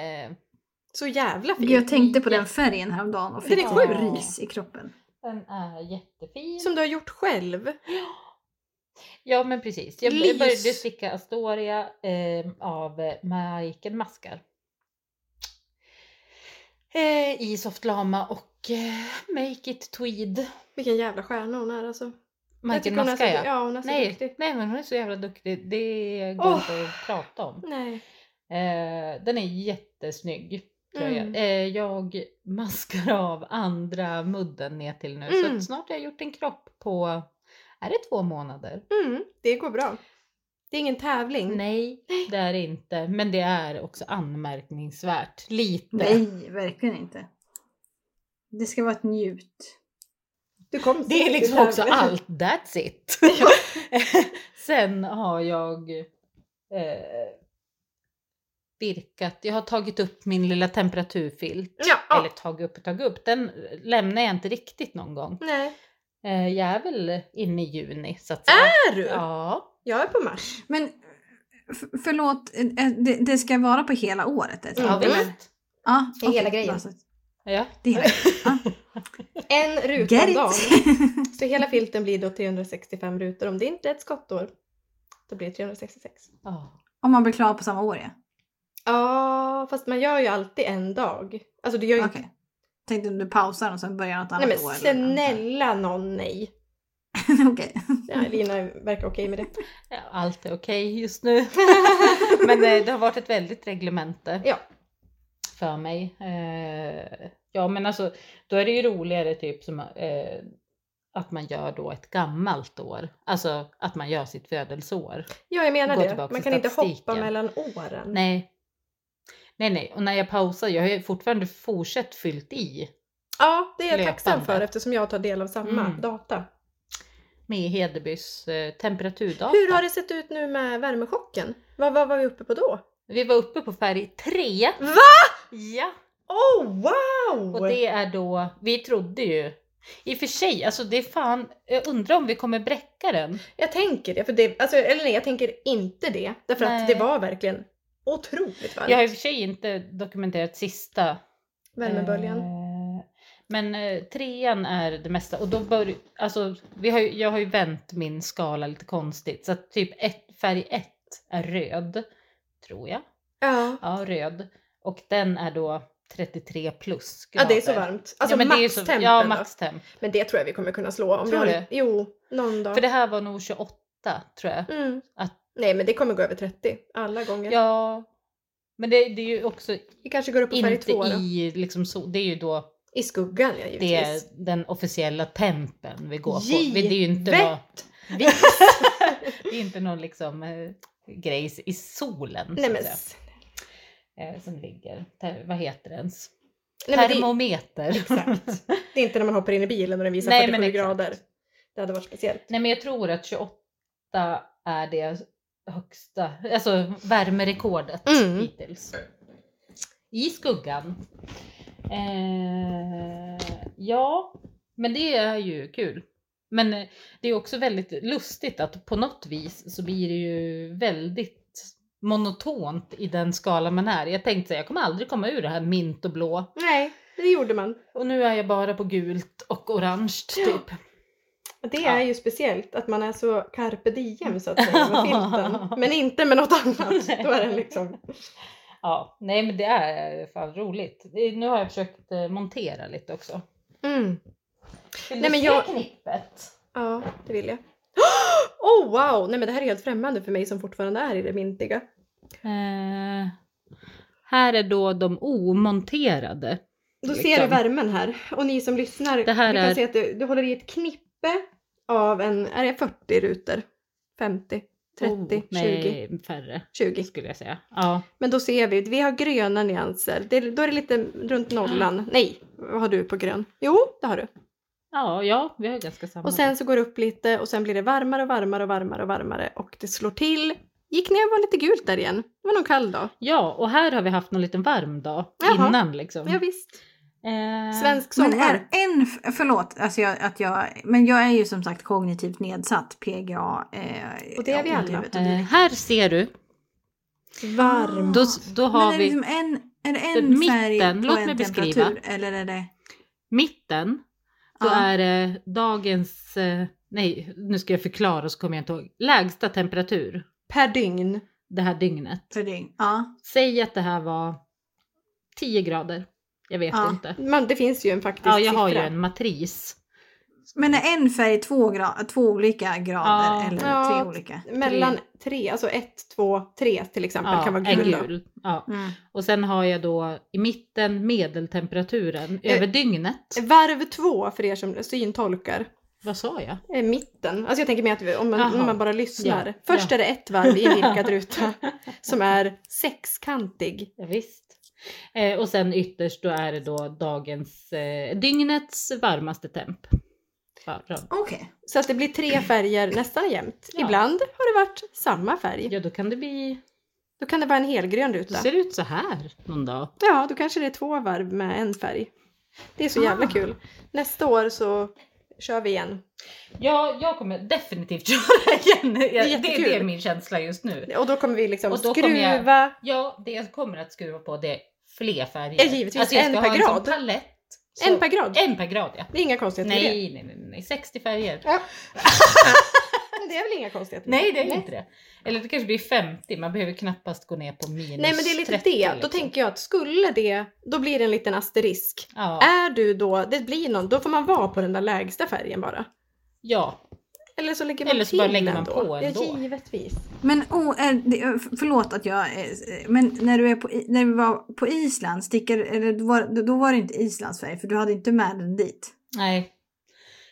Speaker 3: Så jävla fint.
Speaker 1: Jag tänkte på den färgen häromdagen och fick
Speaker 3: Den är
Speaker 1: typ
Speaker 2: sjuk.
Speaker 1: rys i kroppen.
Speaker 2: Den är jättefin.
Speaker 3: Som du har gjort själv.
Speaker 2: Ja men precis. Jag
Speaker 3: Lys.
Speaker 2: började sticka Astoria eh, av eh, Michael Maskar. Eh, I soft lama och eh, Make it tweed.
Speaker 3: Vilken jävla stjärna hon är alltså. Jag
Speaker 2: Michael
Speaker 3: tycker hon är så,
Speaker 2: Maskar ja.
Speaker 3: ja, hon är så
Speaker 2: nej,
Speaker 3: duktig.
Speaker 2: nej men hon är så jävla duktig. Det går
Speaker 3: Åh.
Speaker 2: inte att prata om.
Speaker 3: Nej.
Speaker 2: Eh, den är jättesnygg. Tror
Speaker 3: Mm.
Speaker 2: jag. Eh, jag maskar av andra mudden ner till nu så
Speaker 3: Mm.
Speaker 2: att snart har jag gjort en kropp på, är det två månader?
Speaker 3: Mm, det går bra. Det är ingen tävling.
Speaker 2: Nej, det är det inte. Men det är också anmärkningsvärt. Lite.
Speaker 1: Nej, verkligen inte. Det ska vara ett njut.
Speaker 3: Du kom
Speaker 2: Det är
Speaker 3: sist i
Speaker 2: liksom
Speaker 3: [LAUGHS]
Speaker 2: också
Speaker 3: tävlingen.
Speaker 2: allt. That's it. [LAUGHS] Sen har jag eh, virkat. Jag har tagit upp min lilla temperaturfilt.
Speaker 3: Ja, ja.
Speaker 2: Eller tagit upp och tagit upp. Den lämnar jag inte riktigt någon gång.
Speaker 3: Nej.
Speaker 2: Eh, jag är väl inne i juni så att säga.
Speaker 3: Är du?
Speaker 2: Ja.
Speaker 3: Jag är på mars.
Speaker 1: Men f- förlåt, eh, det, det ska vara på hela året? Alltså.
Speaker 2: Ja,
Speaker 3: Mm.
Speaker 1: Eller?
Speaker 2: visst.
Speaker 1: ja
Speaker 3: Det är hela
Speaker 1: okej,
Speaker 3: grejen.
Speaker 1: alltså,
Speaker 2: Ja.
Speaker 1: det
Speaker 3: [LAUGHS]
Speaker 1: är
Speaker 3: En ruta
Speaker 1: Get
Speaker 3: om
Speaker 1: it!
Speaker 3: dagen. Så hela filten blir då 365 rutor. Om det inte är ett skottår, då blir det 366.
Speaker 2: Ja.
Speaker 1: [LAUGHS] Om man blir klar på samma år ja.
Speaker 3: Ja, fast man gör ju alltid en dag. Alltså du gör ju
Speaker 1: Okej. Tänkte om du pausar och sen börjar något annat
Speaker 3: Nej men
Speaker 1: år. eller-
Speaker 3: snälla någon nej.
Speaker 1: [LAUGHS] Okej.
Speaker 3: Ja, Lina verkar
Speaker 2: [LAUGHS]
Speaker 3: okej med det.
Speaker 2: Ja, Allt är okej just nu. Men eh, det har varit ett väldigt reglemente
Speaker 3: Ja.
Speaker 2: för mig. Eh, ja men alltså då är det ju roligare typ som eh, att man gör då ett gammalt år. Alltså att man gör sitt födelseår.
Speaker 3: Ja, jag menar
Speaker 2: Gå
Speaker 3: det.
Speaker 2: tillbaka
Speaker 3: Man
Speaker 2: till
Speaker 3: kan inte hoppa
Speaker 2: statistiken.
Speaker 3: mellan åren.
Speaker 2: Nej. Nej nej och när jag pausar, jag har ju fortfarande fortsatt fyllt i
Speaker 3: Ja, det är jag
Speaker 2: Löpande.
Speaker 3: tacksam för eftersom jag tar del av samma
Speaker 2: Mm.
Speaker 3: data.
Speaker 2: med Hedebys eh, temperaturdata.
Speaker 3: Hur har det sett ut nu med värmechocken? Vad, vad var vi uppe på då?
Speaker 2: Vi var uppe på färg 3.
Speaker 3: Va?
Speaker 2: Ja!
Speaker 3: Oh wow!
Speaker 2: Och det är då, vi trodde ju I och för sig, alltså det är fan, jag undrar om vi kommer bräcka den.
Speaker 3: Jag tänker det, för det alltså, eller nej jag tänker inte det. Därför att
Speaker 2: Nej.
Speaker 3: det var verkligen otroligt varmt.
Speaker 2: Jag har i och för sig inte dokumenterat sista
Speaker 3: Värmeböljan.
Speaker 2: Eh, Men eh, trean är det mesta och då bör, alltså, vi har, ju- jag har ju vänt min skala lite konstigt så att typ ett, färg 1 är röd, tror jag.
Speaker 3: Ja.
Speaker 2: Ja, röd. Och den är då 33 plus
Speaker 3: ja, det är så
Speaker 2: grader.
Speaker 3: varmt. Alltså
Speaker 2: ja, men det är ju så-
Speaker 3: maxtempen
Speaker 2: Ja,
Speaker 3: då.
Speaker 2: maxtemp.
Speaker 3: Men det tror jag vi kommer kunna slå. Om
Speaker 2: Tror
Speaker 3: vi
Speaker 2: du?
Speaker 3: har, Jo, någon dag.
Speaker 2: För det här var nog 28 tror jag.
Speaker 3: mm.
Speaker 2: att-
Speaker 3: Nej men det kommer gå över 30 alla gånger.
Speaker 2: Ja, men det, det är ju också
Speaker 3: Vi kanske går upp på färg
Speaker 2: inte
Speaker 3: 2 då.
Speaker 2: i liksom så, det är ju då
Speaker 3: I skuggan ja
Speaker 2: det
Speaker 3: givetvis.
Speaker 2: är den officiella tempen vi går på. Vi- Det är ju inte vad-
Speaker 3: Givetvis.
Speaker 2: [LAUGHS] Det är inte någon liksom eh, grej i solen
Speaker 3: Nej
Speaker 2: så
Speaker 3: men,
Speaker 2: att säga,
Speaker 3: s-
Speaker 2: eh, som ligger. Ter, vad heter det ens?
Speaker 3: nej, men det,
Speaker 2: Termometer.
Speaker 3: Exakt. det är inte när man hoppar in i bilen och den visar
Speaker 2: Nej, men
Speaker 3: 47
Speaker 2: exakt.
Speaker 3: grader. Det hade varit speciellt.
Speaker 2: Nej men jag tror att 28 är det högsta, alltså värmerekordet
Speaker 3: Mm.
Speaker 2: hittills. I skuggan. Eh, ja, men det är ju kul. Men eh, det är också väldigt lustigt att på något vis så blir det ju väldigt monotont i den skala man är. Jag tänkte säga, jag kommer aldrig komma ur det här mint och blå.
Speaker 3: Nej, det gjorde man.
Speaker 2: Och nu är jag bara på gult och orange typ.
Speaker 3: Och Det
Speaker 2: Ja.
Speaker 3: är ju speciellt att man är så carpe diem så att säga
Speaker 2: [LAUGHS]
Speaker 3: med filten. Men inte med något annat. Då är den liksom...
Speaker 2: Ja, nej men det är fan roligt. Det- Nu har jag försökt eh, montera lite också.
Speaker 3: Mm.
Speaker 2: Vill
Speaker 3: Nej,
Speaker 2: du
Speaker 3: men
Speaker 2: se
Speaker 3: jag-
Speaker 2: knippet?
Speaker 3: Ja, det vill jag. [GASPS] Oh wow! Nej men det här är helt främmande för mig som fortfarande är i det mintiga.
Speaker 2: Eh, här är då de omonterade.
Speaker 3: Då ser
Speaker 2: Liksom.
Speaker 3: du värmen här. Och ni som lyssnar,
Speaker 2: Det här
Speaker 3: vi kan
Speaker 2: är-
Speaker 3: se att du, du håller i ett knippe av en, är det 40 rutor? 50? 30?
Speaker 2: Oh,
Speaker 3: 20?
Speaker 2: Nej, färre
Speaker 3: 20.
Speaker 2: skulle jag säga. Ja.
Speaker 3: Men då ser vi, vi har gröna nyanser. Det, då är det lite runt nollan. Nej, vad har du på grön? Jo, det har du.
Speaker 2: Mm. Ja, ja, vi har ganska samma.
Speaker 3: Och sen så går det upp lite och sen blir det varmare och varmare och varmare och varmare och det slår till. Gick ner och var lite gult där igen. Det var någon kall dag.
Speaker 2: Ja, och här har vi haft någon liten varm dag
Speaker 3: Jaha.
Speaker 2: innan liksom.
Speaker 3: Ja, visst.
Speaker 2: Eh,
Speaker 3: Svensk
Speaker 1: Men
Speaker 3: sommar.
Speaker 1: är en, f- förlåt, alltså jag, att jag, men jag är ju som sagt kognitivt nedsatt, PGA. Eh,
Speaker 3: Och det är vi
Speaker 1: ja,
Speaker 3: alla.
Speaker 1: livet och
Speaker 2: eh,
Speaker 1: det.
Speaker 2: här ser du.
Speaker 3: Varm.
Speaker 2: Då, då
Speaker 1: Men
Speaker 2: har
Speaker 1: är det
Speaker 2: vi
Speaker 1: liksom en, är det en
Speaker 2: Den
Speaker 1: färg
Speaker 2: mitten,
Speaker 1: på
Speaker 2: låt
Speaker 1: en
Speaker 2: mig beskriva.
Speaker 1: temperatur? Eller är det...
Speaker 2: mitten. Då
Speaker 1: Ja.
Speaker 2: är det dagens, eh, nej nu ska jag förklara så kommer jag inte ihåg, lägsta temperatur
Speaker 3: Per dygn.
Speaker 2: det här dygnet.
Speaker 1: För det, ja.
Speaker 2: Säg att det här var 10 grader, jag vet
Speaker 1: Ja.
Speaker 2: inte.
Speaker 3: Man, det finns ju en faktisk
Speaker 2: Ja, jag har ju
Speaker 3: siffra.
Speaker 2: en matris.
Speaker 1: Men är en färg två, gra- två olika grader
Speaker 2: Ja.
Speaker 1: eller
Speaker 3: Ja.
Speaker 1: tre olika?
Speaker 3: Mellan tre, alltså ett, två, tre till exempel
Speaker 2: Ja,
Speaker 3: kan vara
Speaker 2: en
Speaker 3: gul. då.
Speaker 2: gul. Ja.
Speaker 1: Mm.
Speaker 2: Och sen har jag då i mitten medeltemperaturen
Speaker 3: Eh,
Speaker 2: över dygnet.
Speaker 3: Varv två för er som syntolkar.
Speaker 2: Vad sa jag?
Speaker 3: är Mitten. Alltså jag tänker mer att vi- om man,
Speaker 2: Jaha.
Speaker 3: om man bara lyssnar.
Speaker 2: Ja,
Speaker 3: Först
Speaker 2: ja.
Speaker 3: är det ett varv
Speaker 2: [LAUGHS]
Speaker 3: i en virkad ruta som är sexkantig.
Speaker 2: Ja, visst. Eh, och sen ytterst då är det då dagens, eh, dygnets varmaste temp. Bara.
Speaker 1: Okej.
Speaker 3: Så att det blir tre färger nästan jämt.
Speaker 2: Ja.
Speaker 3: Ibland har det varit samma färg.
Speaker 2: Ja, då kan det bli
Speaker 3: Då kan det vara en helgrön
Speaker 2: Då
Speaker 3: ruta.
Speaker 2: ser det ut så här någon dag.
Speaker 3: Ja, då kanske det är två varv med en färg. Det är så jävla
Speaker 1: Ah.
Speaker 3: kul. Nästa år så kör vi igen.
Speaker 2: Ja, jag kommer definitivt [LAUGHS] göra det igen.
Speaker 3: är
Speaker 2: Jag, det,
Speaker 3: jättekul.
Speaker 2: det är min känsla just nu.
Speaker 3: Och då kommer vi liksom
Speaker 2: Och då
Speaker 3: skruva.
Speaker 2: kommer jag- Ja, det jag kommer att skruva på det är fler färger.
Speaker 3: Ja, givetvis.
Speaker 2: Alltså jag
Speaker 3: En
Speaker 2: ska
Speaker 3: per
Speaker 2: ha en
Speaker 3: grad.
Speaker 2: sån palett. Så-
Speaker 3: En per grad.
Speaker 2: En per grad ja.
Speaker 3: Det är inga konstigheter med det.
Speaker 2: Nej, nej, nej, nej, 60 färger.
Speaker 3: Ja. Men det är väl inga konstigheter med
Speaker 2: Nej, det är inte det. Eller det kanske blir 50, man behöver knappast gå ner på minus liksom. 30.
Speaker 3: Nej men det är lite det. Då tänker jag att skulle det, då blir det en liten asterisk.
Speaker 2: Ja,
Speaker 3: Är du då, det blir någon, då får man vara på den där lägsta färgen bara.
Speaker 2: ja.
Speaker 3: Eller så lägger man
Speaker 2: Eller så
Speaker 3: till
Speaker 2: bara lägger man
Speaker 3: ändå.
Speaker 2: på ändå.
Speaker 3: Ja givetvis.
Speaker 1: Men oh, är det, förlåt att jag... eh, Men när, du är på, i- när vi var på Island, stickar, eller då, var, då var det inte Islands färg för du hade inte med den dit.
Speaker 2: nej.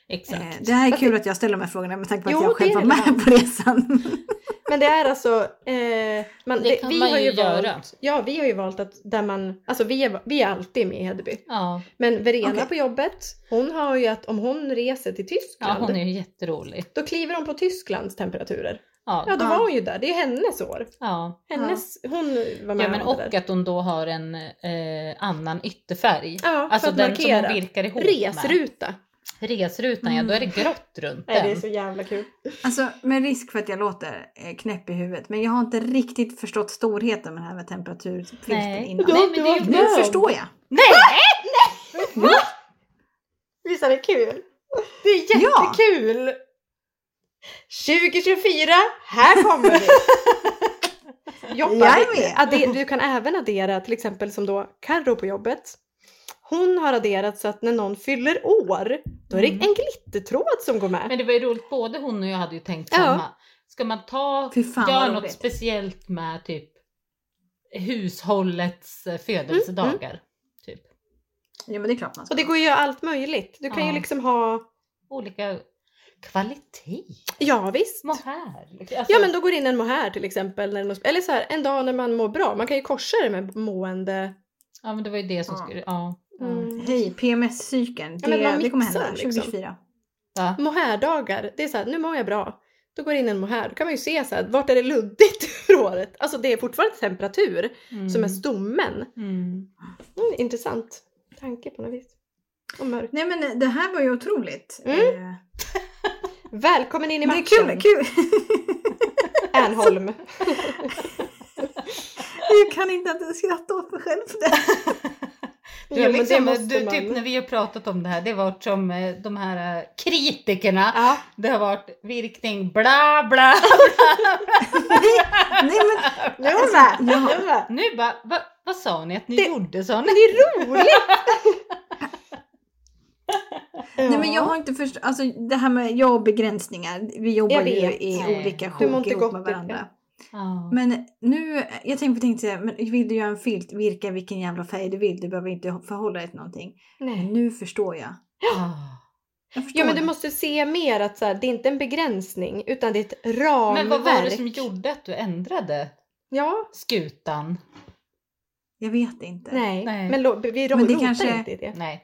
Speaker 1: Eh,
Speaker 2: Exakt.
Speaker 1: det här är kul att jag ställer de här frågorna med tanke på att
Speaker 3: Jo,
Speaker 1: jag själv
Speaker 3: det är
Speaker 1: var med
Speaker 3: relevant.
Speaker 1: på resan. [LAUGHS]
Speaker 3: Men det är alltså, eh, man,
Speaker 2: Det kan man ju göra.
Speaker 3: Valt, ja vi har ju valt att där man, alltså vi är, vi är alltid med i Hedeby.
Speaker 2: Ja.
Speaker 3: Men Verena
Speaker 1: Okej.
Speaker 3: på jobbet, hon har ju att om hon reser till
Speaker 2: ja,
Speaker 3: Tyskland,
Speaker 2: hon är ju jätterolig.
Speaker 3: då kliver hon på Tysklands temperaturer. Ja
Speaker 2: Ja,
Speaker 3: då
Speaker 1: Ja.
Speaker 3: var hon ju där, det är ju hennes år.
Speaker 2: ja.
Speaker 3: Hennes, hon var med
Speaker 2: Ja, men
Speaker 3: om det där.
Speaker 2: och att hon då har en eh, annan ytterfärg.
Speaker 3: Ja, för
Speaker 2: alltså
Speaker 3: att
Speaker 2: den som
Speaker 3: markera.
Speaker 2: hon virkar ihop med.
Speaker 3: Resruta.
Speaker 2: resrutan ja, då är det grått runt
Speaker 3: Mm. Nej, det är
Speaker 2: den.
Speaker 3: så jävla kul.
Speaker 1: Alltså med risk för att jag låter eh, knäpp i huvudet, men jag har inte riktigt förstått storheten med det här med temperaturfilten
Speaker 2: Nej.
Speaker 1: innan.
Speaker 3: Då-
Speaker 2: Nej, men det är ju-
Speaker 3: då-
Speaker 1: Nu
Speaker 3: Ja.
Speaker 1: förstår jag!
Speaker 2: Nej!
Speaker 3: Visst är det kul? Det är
Speaker 1: Ja.
Speaker 3: jättekul! 2024, här kommer [LAUGHS] vi! Jobba.
Speaker 1: Jag är med.
Speaker 3: Adde- du kan även addera till exempel som då Carro på jobbet. Hon har adderat så att när någon fyller år, då är det
Speaker 2: Mm.
Speaker 3: en glittertråd som går med.
Speaker 2: Men det var ju roligt, både hon och jag hade ju tänkt
Speaker 3: Ja.
Speaker 2: samma. Ska man ta,
Speaker 1: Fy fan
Speaker 2: göra
Speaker 1: vad
Speaker 2: något
Speaker 1: roligt.
Speaker 2: speciellt med typ hushållets eh, födelsedagar?
Speaker 3: Mm,
Speaker 2: Typ.
Speaker 1: Ja men det är klart man ska.
Speaker 3: Och det går ju att göra allt möjligt. Du kan ju
Speaker 2: Ja.
Speaker 3: liksom ha,
Speaker 2: Olika kvalitet.
Speaker 3: ja visst.
Speaker 2: Mohair. liksom. Alltså,
Speaker 3: Ja men då går det in en mohair till exempel. När det är något- eller så här, en dag när man mår bra. Man kan ju korsa det med mående.
Speaker 2: ja, men det var ju det som
Speaker 1: Ja.
Speaker 2: skulle... Ja. ja.
Speaker 3: Mm.
Speaker 1: Hej, PMS-cykeln.
Speaker 3: Ja, men
Speaker 1: Det,
Speaker 3: man
Speaker 1: det kommer hända
Speaker 3: mixar, liksom.
Speaker 1: 2024.
Speaker 2: Va?
Speaker 3: Mohairdagar, det är så här, nu mår jag bra. Då går det in en mohair, då kan man ju se så här, vart är det luddigt [LAUGHS] för året? Alltså det är fortfarande temperatur
Speaker 2: Mm.
Speaker 3: som är stommen.
Speaker 2: Mm.
Speaker 3: Mm, intressant tanke på något vis. Och mörk.
Speaker 1: Nej men eh, det här var ju otroligt.
Speaker 3: Mm.
Speaker 1: Eh,
Speaker 3: Välkommen in i
Speaker 1: Det
Speaker 3: matchen!
Speaker 1: är kul, kul. [LAUGHS]
Speaker 2: [LAUGHS]
Speaker 3: Ernholm!
Speaker 1: Jag kan inte ens skratta åt mig själv [LAUGHS] för det.
Speaker 2: Du,
Speaker 3: Ja, men det
Speaker 2: liksom,
Speaker 3: måste
Speaker 2: du,
Speaker 3: man.
Speaker 2: typ när vi har pratat om det här, det har varit som eh, de här eh, kritikerna. [LAUGHS]
Speaker 3: Ja,
Speaker 2: Det har varit virkning bla bla.
Speaker 1: Nej men
Speaker 3: nu är hon
Speaker 2: Alltså,
Speaker 1: Ja.
Speaker 3: med! Nu är hon med.
Speaker 2: Nu bara, va, vad sa ni att ni
Speaker 3: Det-
Speaker 2: gjorde sa ni?
Speaker 3: Men det
Speaker 2: [LAUGHS]
Speaker 3: är roligt!
Speaker 1: Nej men jag har inte förstått, alltså det här med jobb och begränsningar. Vi jobbar
Speaker 3: Jag
Speaker 1: ju
Speaker 3: vet. Mm.
Speaker 1: i
Speaker 2: Nej.
Speaker 1: olika
Speaker 3: Du mår
Speaker 1: sjok
Speaker 3: inte
Speaker 1: ihop med
Speaker 3: gott, Erika.
Speaker 1: varandra.
Speaker 2: Ja.
Speaker 1: Men nu, jag tänkte, tänkte säga, men vill du göra en filt, virka vilken jävla färg du vill, du behöver inte förhålla dig till någonting. Men
Speaker 3: Nej.
Speaker 1: nu förstår jag.
Speaker 2: Ah.
Speaker 1: jag förstår
Speaker 3: Ja men du
Speaker 1: det.
Speaker 3: måste se mer att så här, det är inte en begränsning utan det är ett ramverk.
Speaker 2: Men vad var det som gjorde att du ändrade
Speaker 3: Ja,
Speaker 2: skutan?
Speaker 1: Jag vet inte.
Speaker 3: nej.
Speaker 2: Nej.
Speaker 3: Men lo- vi ro-
Speaker 1: Men det
Speaker 3: rotar
Speaker 1: kanske-
Speaker 3: inte i det.
Speaker 2: Nej.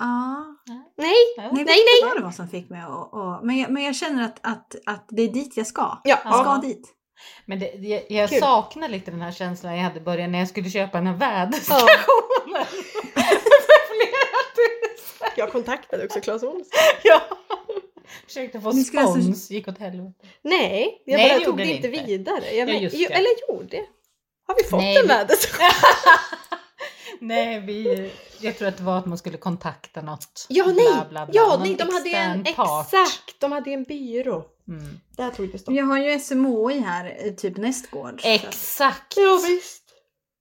Speaker 1: Ja.
Speaker 3: Nej!
Speaker 1: Nej,
Speaker 3: Nej,
Speaker 1: nej, nej! Vad det var som fick mig att... att- Men, jag, men jag känner att, att, att det är dit jag ska.
Speaker 3: Ja,
Speaker 1: Jag ska
Speaker 2: Ja.
Speaker 1: dit.
Speaker 2: Men det, jag, jag
Speaker 3: Kul.
Speaker 2: saknar lite den här känslan jag hade i början när jag skulle köpa den här
Speaker 3: Ja.
Speaker 2: väderstationen. För flera tusen.
Speaker 3: [LAUGHS] jag kontaktade också Clas Ohlson.
Speaker 2: [LAUGHS] Ja. Försökte få
Speaker 1: Ni skulle alltså-
Speaker 2: spons, gick åt helvete.
Speaker 3: Nej, jag
Speaker 2: Nej,
Speaker 3: bara
Speaker 2: det
Speaker 3: tog
Speaker 2: gjorde
Speaker 3: det
Speaker 2: ni
Speaker 3: inte
Speaker 2: inte.
Speaker 3: vidare. Jag
Speaker 2: Ja,
Speaker 3: men,
Speaker 2: just
Speaker 3: ju,
Speaker 2: det.
Speaker 3: eller gjorde det? Har vi fått
Speaker 2: Nej,
Speaker 3: en
Speaker 2: vi-
Speaker 3: väderstationen?
Speaker 2: [LAUGHS] Nej, vi, jag tror att det var att man skulle kontakta något.
Speaker 3: Ja, nej!
Speaker 2: Bla, bla, bla.
Speaker 3: Ja,
Speaker 2: Någon
Speaker 3: nej, de hade ju en...
Speaker 2: extern part.
Speaker 3: Exakt! De hade ju en byrå.
Speaker 2: Mm.
Speaker 3: Där tog det stopp.
Speaker 1: Jag har ju SMHI här, eh, typ nästgårds. Så
Speaker 2: Exakt!
Speaker 3: Ja, visst.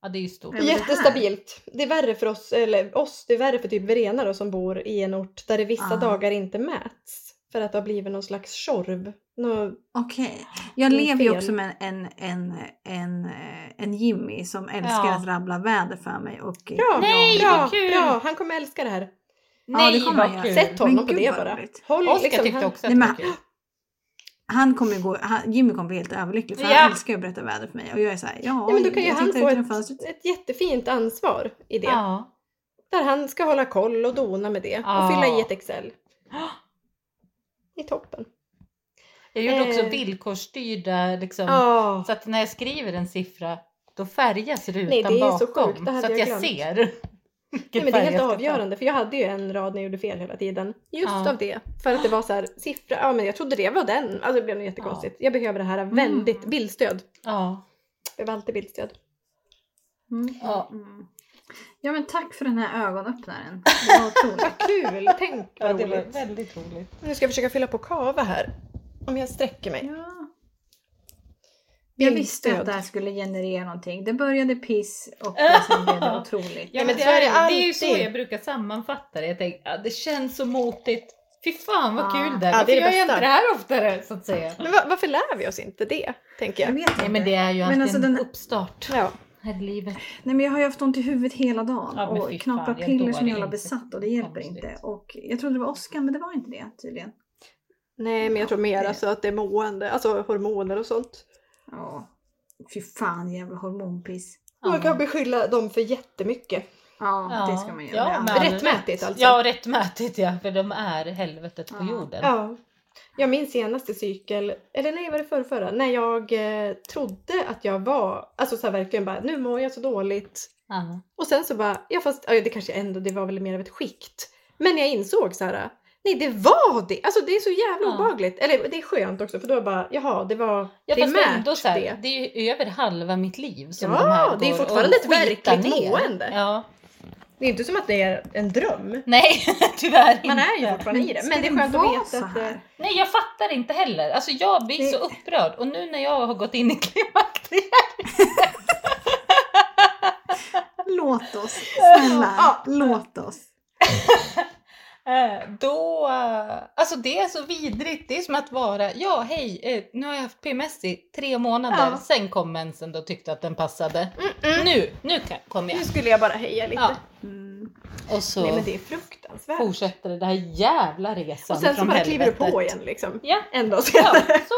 Speaker 2: Ja, det är ju stort.
Speaker 1: Ja, men det här-
Speaker 3: Jättestabilt. Det är värre för oss, eller oss, det är värre för typ Verena då, som bor i en ort där det vissa
Speaker 1: Ah.
Speaker 3: dagar inte mäts. För att det har blivit någon slags tjorv. Nå...
Speaker 1: att- Okej. Jag
Speaker 3: Det är
Speaker 1: lever ju
Speaker 3: fel.
Speaker 1: också med en, en, en, en, eh, en Jimmy som älskar
Speaker 2: Ja.
Speaker 1: att rabbla väder för mig. Och,
Speaker 3: Bra,
Speaker 2: Nej,
Speaker 3: bra,
Speaker 2: vad kul!
Speaker 3: bra. Han kommer älska det här.
Speaker 1: Ja, det kommer
Speaker 2: vad
Speaker 1: han göra.
Speaker 2: kul.
Speaker 3: Sätt honom
Speaker 1: Men
Speaker 3: på
Speaker 1: gud,
Speaker 3: det
Speaker 1: vad
Speaker 3: bara.
Speaker 1: roligt.
Speaker 3: Håll,
Speaker 2: Oskar
Speaker 3: liksom,
Speaker 2: tyckte
Speaker 3: han-
Speaker 2: också
Speaker 1: Nej,
Speaker 2: att det var
Speaker 1: men-
Speaker 2: kul.
Speaker 1: Han kommer ju gå, han, Jimmy kommer bli helt överlycklig för
Speaker 2: Ja.
Speaker 1: han älskar ju att berätta väder för mig och jag är såhär, ja,
Speaker 3: Nej, men då kan ju
Speaker 1: jag
Speaker 3: han
Speaker 1: tittar
Speaker 3: få
Speaker 1: ut genom
Speaker 3: ett-
Speaker 1: fönstret.
Speaker 3: Ett jättefint ansvar i det.
Speaker 2: Ja.
Speaker 3: Där han ska hålla koll och dona med det
Speaker 2: Ja.
Speaker 3: och fylla i ett Excel. I toppen.
Speaker 2: Jag gjorde också
Speaker 3: Eh.
Speaker 2: villkorsstyrda, liksom,
Speaker 3: Ja.
Speaker 2: så att när jag skriver en siffra då färgas rutan
Speaker 3: Nej, det är så
Speaker 2: bakom
Speaker 3: sjukt. Det hade
Speaker 2: så att
Speaker 3: jag
Speaker 2: jag,
Speaker 3: glömt.
Speaker 2: ser.
Speaker 3: Nej,
Speaker 2: vilken
Speaker 3: men det är
Speaker 2: färg
Speaker 3: helt
Speaker 2: jag ska ta.
Speaker 3: avgörande för jag hade ju en rad när jag gjorde fel hela tiden. Just
Speaker 2: Ja.
Speaker 3: av det. För att det var så här, siffra, ja men jag trodde det var den. Alltså det blev nog jättekonstigt. Jag behöver det här väldigt,
Speaker 1: Mm.
Speaker 3: bildstöd.
Speaker 2: Ja.
Speaker 3: Jag behöver alltid bildstöd.
Speaker 1: Mm.
Speaker 2: Ja.
Speaker 1: Mm. Ja men tack för den här ögonöppnaren. Det var otroligt. [LAUGHS]
Speaker 3: Kul, tänk
Speaker 2: ja,
Speaker 3: vad
Speaker 2: det var
Speaker 3: roligt.
Speaker 2: väldigt roligt.
Speaker 3: Nu ska jag försöka fylla på kava här. Om jag sträcker mig.
Speaker 1: Ja. Jag visste att
Speaker 3: Bildstöd.
Speaker 1: det här skulle generera någonting. Det började piss och sen blev det otroligt.
Speaker 2: Ja,
Speaker 3: men
Speaker 2: men det,
Speaker 3: så
Speaker 2: är,
Speaker 3: är det
Speaker 2: det är ju så
Speaker 3: alltid.
Speaker 2: jag brukar sammanfatta det. Jag tänker, ja, det känns så motigt. Fy fan vad
Speaker 1: Ja.
Speaker 2: kul det
Speaker 3: Ja,
Speaker 2: är. Varför
Speaker 3: det är det
Speaker 2: gör jag
Speaker 3: bästa.
Speaker 2: inte det här oftare så att säga?
Speaker 3: Men va- varför lär vi oss inte det? Tänker
Speaker 1: Jag
Speaker 3: jag.
Speaker 1: vet inte.
Speaker 2: Nej men det är ju alltid
Speaker 1: alltså
Speaker 2: en
Speaker 1: den-
Speaker 2: uppstart
Speaker 3: Ja.
Speaker 2: här i livet.
Speaker 1: Nej men jag har ju haft ont i huvudet hela dagen
Speaker 2: Ja, men
Speaker 1: och
Speaker 2: fy
Speaker 1: knaprar
Speaker 2: fan, jag
Speaker 1: piller
Speaker 2: dår
Speaker 1: som jag var
Speaker 2: inte.
Speaker 1: besatt och det hjälper
Speaker 2: Konstigt.
Speaker 1: inte. Och jag trodde det var åskan men det var inte det tydligen.
Speaker 3: Nej men jag tror mer
Speaker 1: det-
Speaker 3: alltså att det är mående, alltså hormoner och sånt.
Speaker 1: Ja. Fy fan jävla hormonpiss.
Speaker 3: Man kan beskylla dem för jättemycket.
Speaker 1: Ja,
Speaker 2: Ja.
Speaker 1: det ska man göra.
Speaker 2: Ja,
Speaker 1: Det är
Speaker 2: men-
Speaker 1: alltid-
Speaker 3: Rättmätigt alltså.
Speaker 2: Ja, rättmätigt ja, för de är helvetet på
Speaker 1: Ja.
Speaker 2: jorden.
Speaker 3: Ja. Jag minns senaste cykel, eller nej var det förra, förra när jag eh, trodde att jag var, alltså så här verkligen bara nu mår jag så dåligt.
Speaker 2: Ja.
Speaker 3: Och sen så bara, ja fast ja, det kanske ändå, det var väl mer av ett skikt. Men jag insåg så här, Nej det var det! Alltså det är så jävla
Speaker 2: Ja.
Speaker 3: obehagligt. Eller det är skönt också för då är jag bara, jaha det var
Speaker 2: Ja, fast
Speaker 3: primärt
Speaker 2: ändå så här,
Speaker 3: det.
Speaker 2: det. är ju över halva mitt liv som
Speaker 3: Ja,
Speaker 2: de här
Speaker 3: det är
Speaker 2: går
Speaker 3: fortfarande
Speaker 2: och
Speaker 3: ett
Speaker 2: skitar
Speaker 3: verkligt
Speaker 2: ner.
Speaker 3: mående.
Speaker 2: Ja.
Speaker 3: Det är inte som att det är en dröm.
Speaker 2: Nej, [LAUGHS] tyvärr inte.
Speaker 3: Man är ju fortfarande i det. Men det är skönt att veta att... eh,
Speaker 1: det...
Speaker 2: Nej, jag fattar inte heller. Alltså jag blir
Speaker 1: Det-
Speaker 2: så upprörd. Och nu när jag har gått in i [LAUGHS] klimakteriet.
Speaker 1: Låt oss, snälla,
Speaker 3: Ja.
Speaker 1: låt oss.
Speaker 2: Eh, Då, eh, alltså det är så vidrigt. Det är som att vara, ja hej, eh, nu har jag haft PMS i tre månader.
Speaker 3: Ja.
Speaker 2: Sen kom mensen och tyckte att den passade.
Speaker 3: Mm-mm.
Speaker 2: Nu, nu kan- kom jag.
Speaker 3: Nu skulle jag bara heja lite.
Speaker 2: Ja,
Speaker 1: Mm.
Speaker 2: och så
Speaker 3: Nej men det är fruktansvärt.
Speaker 2: fortsätter det här jävla resan
Speaker 3: Och sen så
Speaker 2: från
Speaker 3: bara kliver du på
Speaker 2: helvetet.
Speaker 3: igen liksom.
Speaker 2: Ja,
Speaker 3: En dag
Speaker 2: ja
Speaker 3: senare. [LAUGHS]
Speaker 2: så.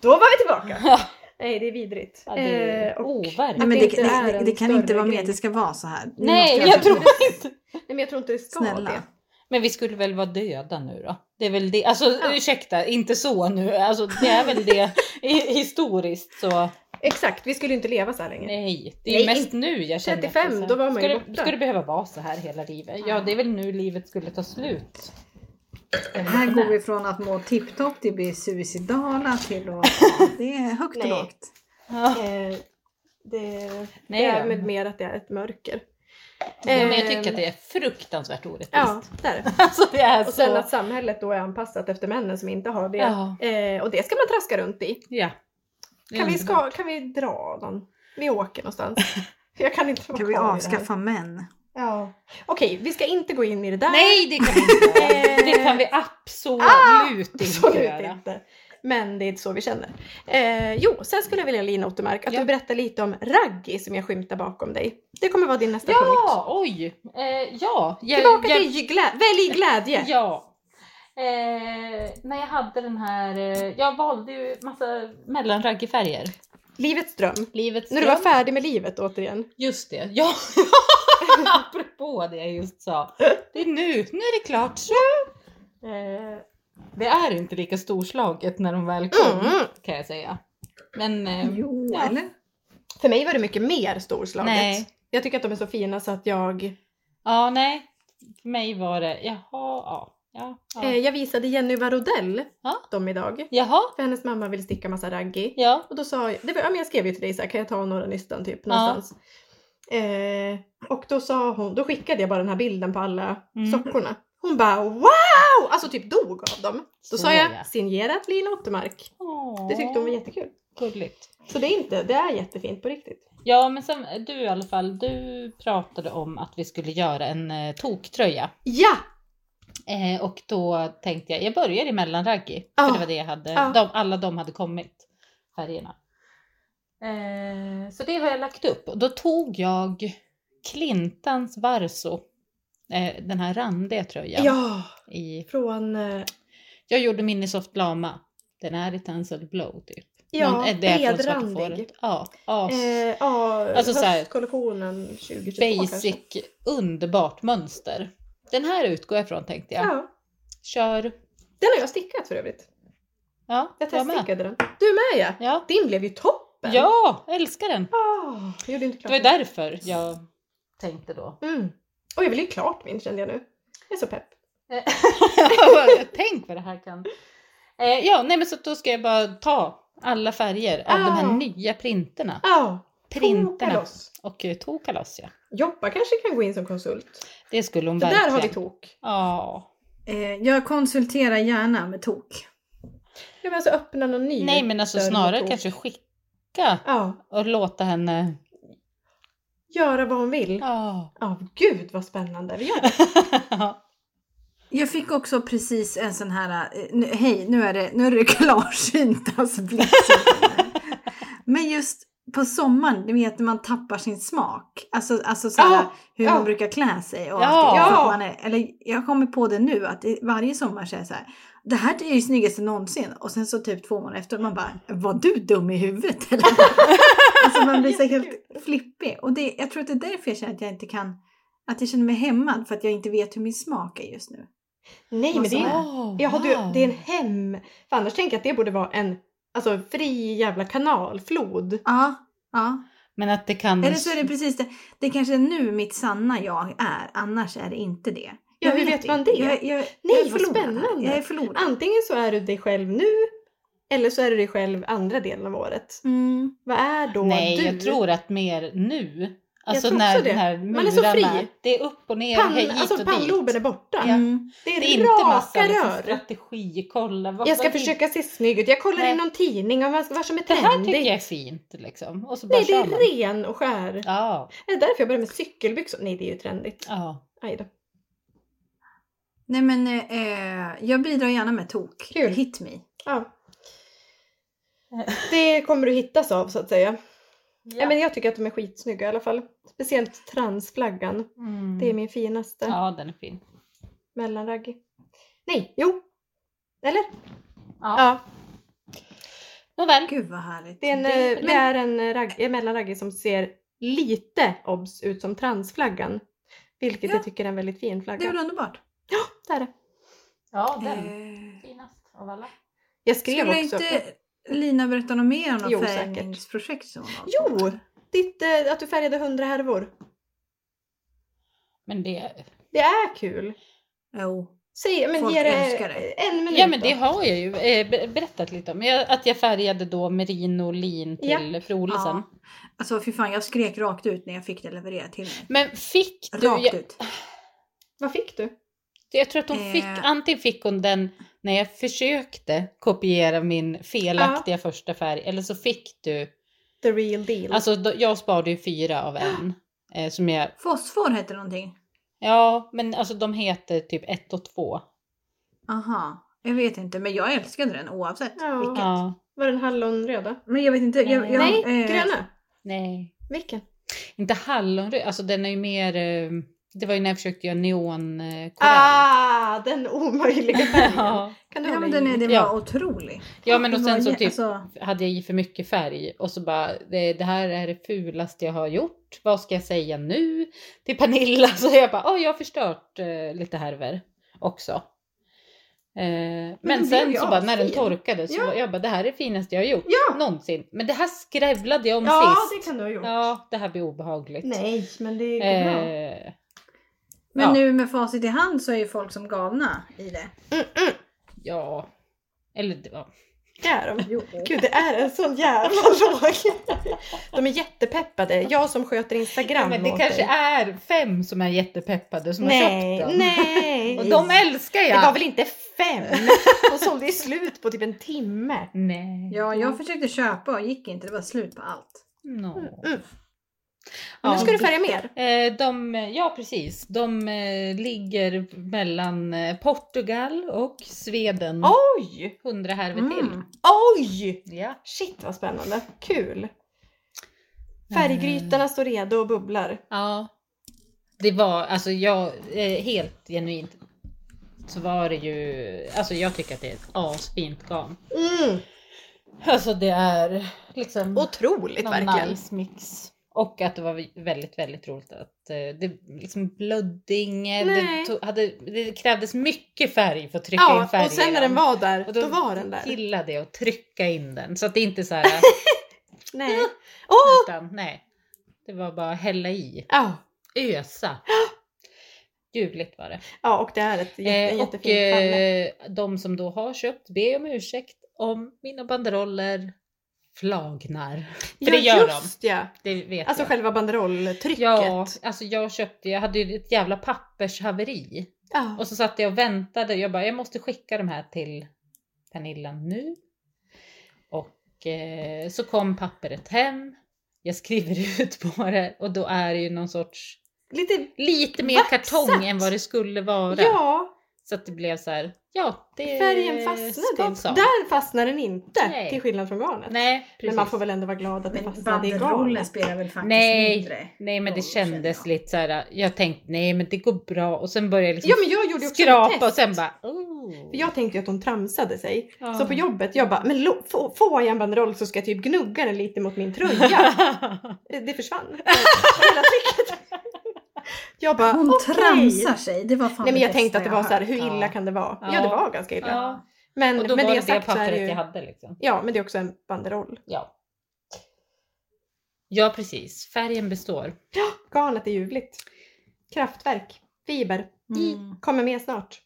Speaker 3: Då var vi tillbaka!
Speaker 2: Ja.
Speaker 3: Nej det är vidrigt.
Speaker 2: Ja, det är Oh.
Speaker 3: Eh, och-
Speaker 2: overkligt.
Speaker 1: Nej, men det,
Speaker 3: inte
Speaker 1: det,
Speaker 3: är
Speaker 1: det,
Speaker 3: en
Speaker 1: det kan inte
Speaker 3: större
Speaker 1: vara med
Speaker 3: grej.
Speaker 1: att det ska vara så här. Nu
Speaker 2: Nej,
Speaker 1: måste
Speaker 2: jag
Speaker 1: göra
Speaker 2: tror
Speaker 1: något.
Speaker 2: inte
Speaker 3: Nej men jag tror inte det ska
Speaker 1: Snälla.
Speaker 3: det.
Speaker 2: Men vi skulle väl vara döda nu då? Det är väl det, alltså
Speaker 3: Ja.
Speaker 2: ursäkta, inte så nu, alltså det är väl
Speaker 3: [LAUGHS]
Speaker 2: det I- historiskt så
Speaker 3: Exakt, vi skulle inte leva så här länge.
Speaker 2: nej. Det är ju
Speaker 3: Nej,
Speaker 2: mest nu jag känner.
Speaker 3: 35,
Speaker 2: att det är så här.
Speaker 3: då var man ju
Speaker 2: ska
Speaker 3: borta.
Speaker 2: det, ska det behöva vara så här hela livet? Ja, det är väl nu livet skulle ta slut.
Speaker 1: Här går vi från att må tipptopp till att bli suicidala till att... Det är högt och
Speaker 3: Nej.
Speaker 1: lågt.
Speaker 2: Ja.
Speaker 3: Eh, det,
Speaker 2: Nej,
Speaker 3: det är
Speaker 2: då.
Speaker 3: med mer att det är ett mörker.
Speaker 2: Ja, men jag
Speaker 3: Ehm,
Speaker 2: tycker att det är fruktansvärt orättvist.
Speaker 3: Ja, där.
Speaker 2: [LAUGHS] Alltså det är
Speaker 3: Och
Speaker 2: så.
Speaker 3: sen att samhället då är anpassat efter männen som inte har det.
Speaker 2: ja.
Speaker 3: Eh, och det ska man traska runt i.
Speaker 2: ja. Det är
Speaker 3: Kan vi,
Speaker 2: underbart.
Speaker 3: ska, kan vi dra någon? Vi
Speaker 2: [LAUGHS]
Speaker 3: åker någonstans. Jag kan inte vara
Speaker 1: Kan vi
Speaker 3: kvar i det här.
Speaker 1: avskaffa män?
Speaker 3: Ja. Okej, vi ska inte gå in i det där. Eh.
Speaker 2: Nej, det kan vi
Speaker 3: [LAUGHS]
Speaker 2: inte. Det kan vi absolut inte
Speaker 3: Ah! Absolut
Speaker 2: göra.
Speaker 3: inte. Men det är inte så vi känner. Eh, jo, sen skulle jag vilja Lina Ottermark att
Speaker 2: Ja.
Speaker 3: du berättar lite om Raggi som jag skymtar bakom dig. Det kommer vara din nästa punkt.
Speaker 2: Ja, oj. Eh, ja, jag,
Speaker 3: Tillbaka
Speaker 2: jag,
Speaker 3: till glä- välj glädje.
Speaker 2: Ja. Eh, när jag hade den här, eh, jag valde ju massa mellanraggig färger.
Speaker 3: Livets dröm.
Speaker 2: Livets
Speaker 3: När du var färdig med livet återigen.
Speaker 2: Just det, ja. [LAUGHS] Apropå det jag just sa. Det är nu, nu är det klart. Så. Eh, det är inte lika storslaget när de väl kom
Speaker 3: Mm.
Speaker 2: kan jag säga. Men
Speaker 3: [LAUGHS]
Speaker 2: eh,
Speaker 1: Jo,
Speaker 2: ja.
Speaker 1: eller?
Speaker 3: För mig var det mycket mer storslaget.
Speaker 2: nej.
Speaker 3: Jag tycker att de är så fina så att jag...
Speaker 2: Ja, nej. För mig var det, jaha, ja. ja,
Speaker 3: Eh,
Speaker 2: ja.
Speaker 3: jag visade Jenny Varodell
Speaker 2: Ja.
Speaker 3: dem idag.
Speaker 2: Jaha,
Speaker 3: För hennes mamma vill sticka massa raggi.
Speaker 2: ja.
Speaker 3: Och då sa jag, det var, ja, men jag skrev ju till dig så här, kan jag ta några nystan typ någonstans. Eh, och då sa hon, då skickade jag bara den här bilden på alla
Speaker 2: Mm.
Speaker 3: sockorna. Hon bara wow! Alltså typ dog av dem. Då sa
Speaker 2: Så,
Speaker 3: jag,
Speaker 2: ja.
Speaker 3: signerat Lina Ottermark. Det tyckte hon var jättekul.
Speaker 2: Gulligt.
Speaker 3: Så det är inte, det är jättefint på riktigt.
Speaker 2: Ja, men sen, du i alla fall, du pratade om att vi skulle göra en eh, toktröja.
Speaker 3: Ja!
Speaker 2: Eh, och då tänkte jag, jag börjar i mellanraggi.
Speaker 3: Ja.
Speaker 2: För det var det jag hade,
Speaker 3: Ja.
Speaker 2: de, alla de hade kommit, färgerna. Eh, så det har jag lagt upp. Och då tog jag Klintans Varso, eh, den här randiga
Speaker 3: Ja!
Speaker 2: tröjan. I,
Speaker 3: från... eh,
Speaker 2: jag gjorde min i soft lama. Den är i Tencel Blow typ.
Speaker 3: Ja,
Speaker 2: Någon- eh, är från Svarta
Speaker 3: bredrandig.
Speaker 2: Fåret. Ja, as.
Speaker 3: Eh, ja,
Speaker 2: Alltså så här-
Speaker 3: höstkollektionen 2022 kanske.
Speaker 2: basic, underbart mönster. Den här utgår jag från tänkte jag.
Speaker 3: Ja.
Speaker 2: Kör.
Speaker 3: Den har jag stickat för övrigt.
Speaker 2: Ja,
Speaker 3: Jag
Speaker 2: var med.
Speaker 3: teststickade den. Du med ja!
Speaker 2: Ja.
Speaker 3: Din blev ju toppen!
Speaker 2: ja, älskar den.
Speaker 3: Ah, jag gjorde inte
Speaker 2: Det
Speaker 3: klart
Speaker 2: var ju därför jag tänkte då. [LAUGHS]
Speaker 3: Mm. Och jag vill ju klart min kände jag nu. Jag är så pepp.
Speaker 2: Eh, Tänk vad det här kan... Eh, ja, nej men så då ska jag bara ta alla färger av de
Speaker 3: Ah.
Speaker 2: här nya printerna.
Speaker 3: Ja, Ah, toka
Speaker 2: Printerna.
Speaker 3: loss.
Speaker 2: Och eh, toka loss ja.
Speaker 3: Jobba kanske kan gå in som konsult.
Speaker 2: Det skulle hon
Speaker 3: För där har vi
Speaker 2: verkligen.
Speaker 3: tok.
Speaker 2: Ja.
Speaker 1: Eh, Jag konsulterar gärna med tok.
Speaker 3: Jag vill alltså öppna någon ny.
Speaker 2: Nej men alltså
Speaker 3: dörr mot
Speaker 2: snarare
Speaker 3: tok.
Speaker 2: kanske skicka
Speaker 3: Ja,
Speaker 2: och låta henne...
Speaker 3: göra vad hon vill. Ja,
Speaker 2: Ja. [LAUGHS]
Speaker 3: gud vad spännande. Vi gör det.
Speaker 1: Jag fick också precis en sån här, eh, nu- hej nu är det, nu är det klarsyntas blick som kommer. Men just på sommaren, ni vet när man tappar sin smak. Alltså, alltså så här,
Speaker 3: Ja,
Speaker 1: hur
Speaker 3: ja.
Speaker 1: man brukar klä sig och
Speaker 2: Ja.
Speaker 1: allting. Så att
Speaker 3: Ja.
Speaker 1: Man är, eller jag kommer på det nu att i- varje sommar så är jag så här, det här är ju snyggaste någonsin. Och sen så typ två månader efter, man bara, var du dum i huvudet
Speaker 3: [LAUGHS]
Speaker 1: eller? alltså man blir så helt flippig. Och det, jag tror att det är därför jag känner att jag inte kan, att jag känner mig hämmad för att jag inte vet hur min smak är just nu.
Speaker 3: Nej men det är,
Speaker 2: Oh,
Speaker 3: ja, du,
Speaker 2: wow.
Speaker 3: det är en hem... För annars tänker jag att det borde vara en alltså, fri jävla kanal, flod.
Speaker 1: Ja, ja.
Speaker 2: Men att
Speaker 3: Mm.
Speaker 2: det kan...
Speaker 1: Eller så är det precis det. Det kanske är nu mitt sanna jag är, annars är det inte det.
Speaker 3: Ja, hur vet man det?
Speaker 1: Jag, jag,
Speaker 3: Nej,
Speaker 1: jag är
Speaker 3: vad
Speaker 1: förlorad här.
Speaker 3: spännande.
Speaker 1: Jag är förlorad.
Speaker 3: Antingen så är du dig själv nu, eller så är du dig själv andra delen av året.
Speaker 1: Mm.
Speaker 3: Vad är då
Speaker 2: Nej,
Speaker 3: du?
Speaker 2: jag tror att mer nu. Alltså
Speaker 3: tror
Speaker 2: när,
Speaker 3: också det.
Speaker 2: när
Speaker 3: Man är så
Speaker 2: murarna,
Speaker 3: fri.
Speaker 2: det är upp och ner,
Speaker 3: Pann,
Speaker 2: hej hit
Speaker 3: alltså,
Speaker 2: och dit.
Speaker 3: pannloben är borta.
Speaker 2: Ja.
Speaker 1: Mm.
Speaker 3: Det är,
Speaker 2: Det är inte massa
Speaker 3: raka
Speaker 2: liksom,
Speaker 3: rör.
Speaker 2: strategi, kolla vad
Speaker 3: Jag ska
Speaker 2: vad-
Speaker 3: försöka se snygg ut. Jag kollar
Speaker 2: Nej.
Speaker 3: in någon tidning om vad vad som är
Speaker 2: Det här
Speaker 3: trendigt.
Speaker 2: tycker jag är fint liksom. Och så bara
Speaker 3: Nej, det
Speaker 2: kör man.
Speaker 3: är ren och skär.
Speaker 2: Ja,
Speaker 3: Är det därför jag börjar med cykelbyxor? Nej, det är ju trendigt.
Speaker 2: ja.
Speaker 3: Aj då.
Speaker 1: Nej men eh, jag bidrar gärna med tok.
Speaker 3: Kul.
Speaker 1: Hit me.
Speaker 2: [LAUGHS]
Speaker 3: Ja. Det kommer du hittas av så att säga. Nej, men jag tycker att de är skitsnygga i alla fall. Speciellt transflaggan.
Speaker 2: Mm.
Speaker 3: Det är min finaste
Speaker 2: Ja, den är fin.
Speaker 3: mellanragg. Nej, jo. Eller?
Speaker 2: Ja.
Speaker 3: Ja.
Speaker 2: Nåväl.
Speaker 1: Gud vad härligt.
Speaker 3: Det är en,
Speaker 2: Det-
Speaker 3: eh, det är en, ragg, en mellanragg som ser lite obs ut som transflaggan. Vilket
Speaker 1: Ja.
Speaker 3: jag tycker är en väldigt fin
Speaker 1: Det är väl
Speaker 3: flagga.
Speaker 1: underbart.
Speaker 3: Det är det.
Speaker 2: Ja,
Speaker 1: Eh,
Speaker 2: Finast av alla.
Speaker 3: Jag skrev
Speaker 1: skulle
Speaker 3: också.
Speaker 1: inte Lina berätta något mer om något
Speaker 3: Jo, säkert.
Speaker 1: färgningsprojekt som hon har?
Speaker 3: Jo! Ditt, eh, att du färgade hundra härvor.
Speaker 2: Men det,
Speaker 3: Det är kul.
Speaker 1: Jo.
Speaker 3: Säg, men
Speaker 1: Folk
Speaker 3: ge
Speaker 1: älskar
Speaker 3: det
Speaker 1: det.
Speaker 3: en minut
Speaker 2: ja men
Speaker 3: då.
Speaker 2: det har jag ju eh, be- berättat lite om. Jag, att jag färgade då merino lin till Frolisen.
Speaker 1: Ja. Alltså fy fan, jag skrek rakt ut när jag fick det levererat till mig.
Speaker 2: Men fick du,
Speaker 1: Rakt
Speaker 2: jag,
Speaker 1: ut.
Speaker 3: Vad fick du?
Speaker 2: jag tror att hon
Speaker 1: Eh.
Speaker 2: fick, antingen fick hon den när jag försökte kopiera min felaktiga första färg, eller så fick
Speaker 1: Mm.
Speaker 2: du,
Speaker 3: The real deal.
Speaker 2: alltså då, jag sparade ju fyra av en. Eh, som jag,
Speaker 1: Fosfor hette någonting.
Speaker 2: ja men alltså de heter typ ett och två.
Speaker 1: Aha. Jag vet inte, men jag älskade den oavsett.
Speaker 3: Ja.
Speaker 1: vilken.
Speaker 2: Ja,
Speaker 3: Var den hallonröda?
Speaker 1: Men jag vet inte. Jag,
Speaker 2: Nej.
Speaker 1: jag,
Speaker 3: Nej,
Speaker 1: eh,
Speaker 3: gröna.
Speaker 2: nej.
Speaker 3: Vilken?
Speaker 2: Inte hallonröd, alltså den är ju mer, eh, det var ju när jag försökte göra neonkorall.
Speaker 3: Ah, den omöjliga färgen.
Speaker 2: [LAUGHS] ja.
Speaker 3: Kan du
Speaker 1: Ja,
Speaker 3: hålla
Speaker 1: men den, är,
Speaker 3: i?
Speaker 1: den
Speaker 2: Ja.
Speaker 1: var otrolig.
Speaker 2: ja men och
Speaker 1: Den
Speaker 2: sen
Speaker 1: var
Speaker 2: så
Speaker 1: jä-
Speaker 2: typ
Speaker 1: Alltså,
Speaker 2: hade jag i för mycket färg och så bara det, det här är det fulaste jag har gjort. Vad ska jag säga nu till Pernilla? [LAUGHS] Så jag bara, åh jag har förstört eh, lite härver också. Eh, men
Speaker 3: den
Speaker 2: sen
Speaker 3: blev
Speaker 2: så
Speaker 3: ju
Speaker 2: bara när den
Speaker 3: asfin.
Speaker 2: torkade så
Speaker 3: Ja.
Speaker 2: var jag bara, det här är det finaste jag har gjort
Speaker 3: Ja.
Speaker 2: någonsin. Men det här skrävlade jag om
Speaker 3: Ja,
Speaker 2: sist.
Speaker 3: det kan du ha gjort.
Speaker 2: Ja, det här blir obehagligt.
Speaker 3: Nej, men det går bra.
Speaker 2: Eh,
Speaker 1: men
Speaker 2: Ja.
Speaker 1: nu med facit i hand så är ju folk som galna i det.
Speaker 3: Mm, mm.
Speaker 2: ja, eller det var...
Speaker 3: Det är de.
Speaker 1: Jo.
Speaker 3: Gud, det är en sån jävla
Speaker 2: [LAUGHS]
Speaker 3: lag. De är jättepeppade. Jag som sköter Instagram
Speaker 2: men det
Speaker 3: åt
Speaker 2: kanske
Speaker 3: dig.
Speaker 2: är fem som är jättepeppade som har
Speaker 3: Nej,
Speaker 2: köpt den.
Speaker 3: nej.
Speaker 2: Och de älskar
Speaker 3: Det var
Speaker 2: jag.
Speaker 3: väl inte fem? De sålde ju slut på typ en timme.
Speaker 2: Nej.
Speaker 1: Ja, jag försökte köpa och gick inte. Det var slut på allt.
Speaker 2: No.
Speaker 3: Mm. Men
Speaker 2: Ja,
Speaker 3: nu ska du färga mer.
Speaker 2: eh, de, ja, precis. De eh, ligger mellan eh, Portugal och Sveden.
Speaker 3: Oj!
Speaker 2: Hundra härvor till.
Speaker 1: Mm.
Speaker 3: Oj!
Speaker 2: Ja.
Speaker 3: Shit vad spännande. Kul.
Speaker 2: Eh.
Speaker 3: Färggrytorna står redo och bubblar.
Speaker 2: Ja. Det var, alltså jag, eh, helt genuint så var det ju, alltså jag tycker att det är ett asfint garn.
Speaker 3: Mm.
Speaker 2: Alltså det är liksom...
Speaker 3: Otroligt
Speaker 2: någon
Speaker 3: verkligen.
Speaker 2: nice mix. Och att det var väldigt, väldigt roligt att eh, det liksom blöddinge, det,
Speaker 3: Nej.
Speaker 2: to- hade, det krävdes mycket färg för att trycka in
Speaker 3: Ja,
Speaker 2: färg
Speaker 3: och
Speaker 2: i
Speaker 3: sen när den var där, då, var den där.
Speaker 2: gillade jag att trycka in den så att det inte så
Speaker 3: [LAUGHS]
Speaker 2: här,
Speaker 3: Nej.
Speaker 2: Ah.
Speaker 3: Åh!
Speaker 2: utan nej. Det var bara att hälla i,
Speaker 3: Ja.
Speaker 2: ösa. Ljuvligt var det.
Speaker 3: Ja, och det är ett jätte,
Speaker 2: Eh, och
Speaker 3: jättefint panne.
Speaker 2: eh, de som då har köpt, ber om ursäkt om mina banderoller flagnar. För det gör de,
Speaker 3: just ja.
Speaker 2: det vet
Speaker 3: Alltså
Speaker 2: jag.
Speaker 3: själva banderolltrycket.
Speaker 2: Ja, alltså jag köpte, jag hade ju ett jävla pappershaveri.
Speaker 3: Ja.
Speaker 2: Och så satt jag och väntade, jag bara jag måste skicka de här till Pernilla nu. Och eh, så kom pappret hem, jag skriver [LAUGHS] ut på det och då är det ju någon sorts,
Speaker 3: Lite...
Speaker 2: lite mer
Speaker 3: Vaxat.
Speaker 2: kartong än vad det skulle vara.
Speaker 3: Ja,
Speaker 2: Så att det blev så här, ja det
Speaker 3: färgen fastnade inte.
Speaker 2: skavs av.
Speaker 3: Där fastnade den inte,
Speaker 2: Eh, Nej.
Speaker 3: till skillnad från garnet.
Speaker 2: Nej, precis.
Speaker 3: Men man får väl ändå vara glad att den
Speaker 1: Men
Speaker 3: fastnade i
Speaker 1: banderollen
Speaker 3: garnet.
Speaker 1: spelar väl faktiskt
Speaker 2: Nej.
Speaker 1: mindre.
Speaker 2: Nej men det
Speaker 1: roll, känner
Speaker 2: kändes
Speaker 1: jag.
Speaker 2: lite så här, jag tänkte nej men det går bra och sen började jag liksom
Speaker 3: Ja, men jag gjorde ju också ett
Speaker 2: skrapa
Speaker 3: test.
Speaker 2: och sen bara oh.
Speaker 3: För Jag tänkte ju att hon tramsade sig.
Speaker 2: Ja.
Speaker 3: Så på jobbet, jag bara, men lo- få- får jag en banderoll så ska jag typ gnugga den lite mot
Speaker 2: [LAUGHS]
Speaker 3: min tröja. Eh, det försvann. Hela trycket. Jag bara,
Speaker 1: Hon
Speaker 3: okej.
Speaker 1: tramsar sig. Det var fan
Speaker 3: Nej men
Speaker 1: det
Speaker 3: jag
Speaker 1: bästa
Speaker 3: tänkte att det
Speaker 1: jag
Speaker 3: var så här,
Speaker 1: hört.
Speaker 3: hur illa
Speaker 2: Ja.
Speaker 3: kan det vara? Ja,
Speaker 2: Ja.
Speaker 3: det var ganska illa.
Speaker 2: ja.
Speaker 3: Men,
Speaker 2: Och då
Speaker 3: men
Speaker 2: var
Speaker 3: det
Speaker 2: det det
Speaker 3: sagt så är
Speaker 2: pappret
Speaker 3: det ju...
Speaker 2: jag hade liksom.
Speaker 3: Ja, men det är också en banderoll.
Speaker 2: Ja. ja precis, färgen består.
Speaker 3: Garnet är ljuvligt. Kraftverk. Fiber. I
Speaker 1: Mm.
Speaker 3: kommer med snart.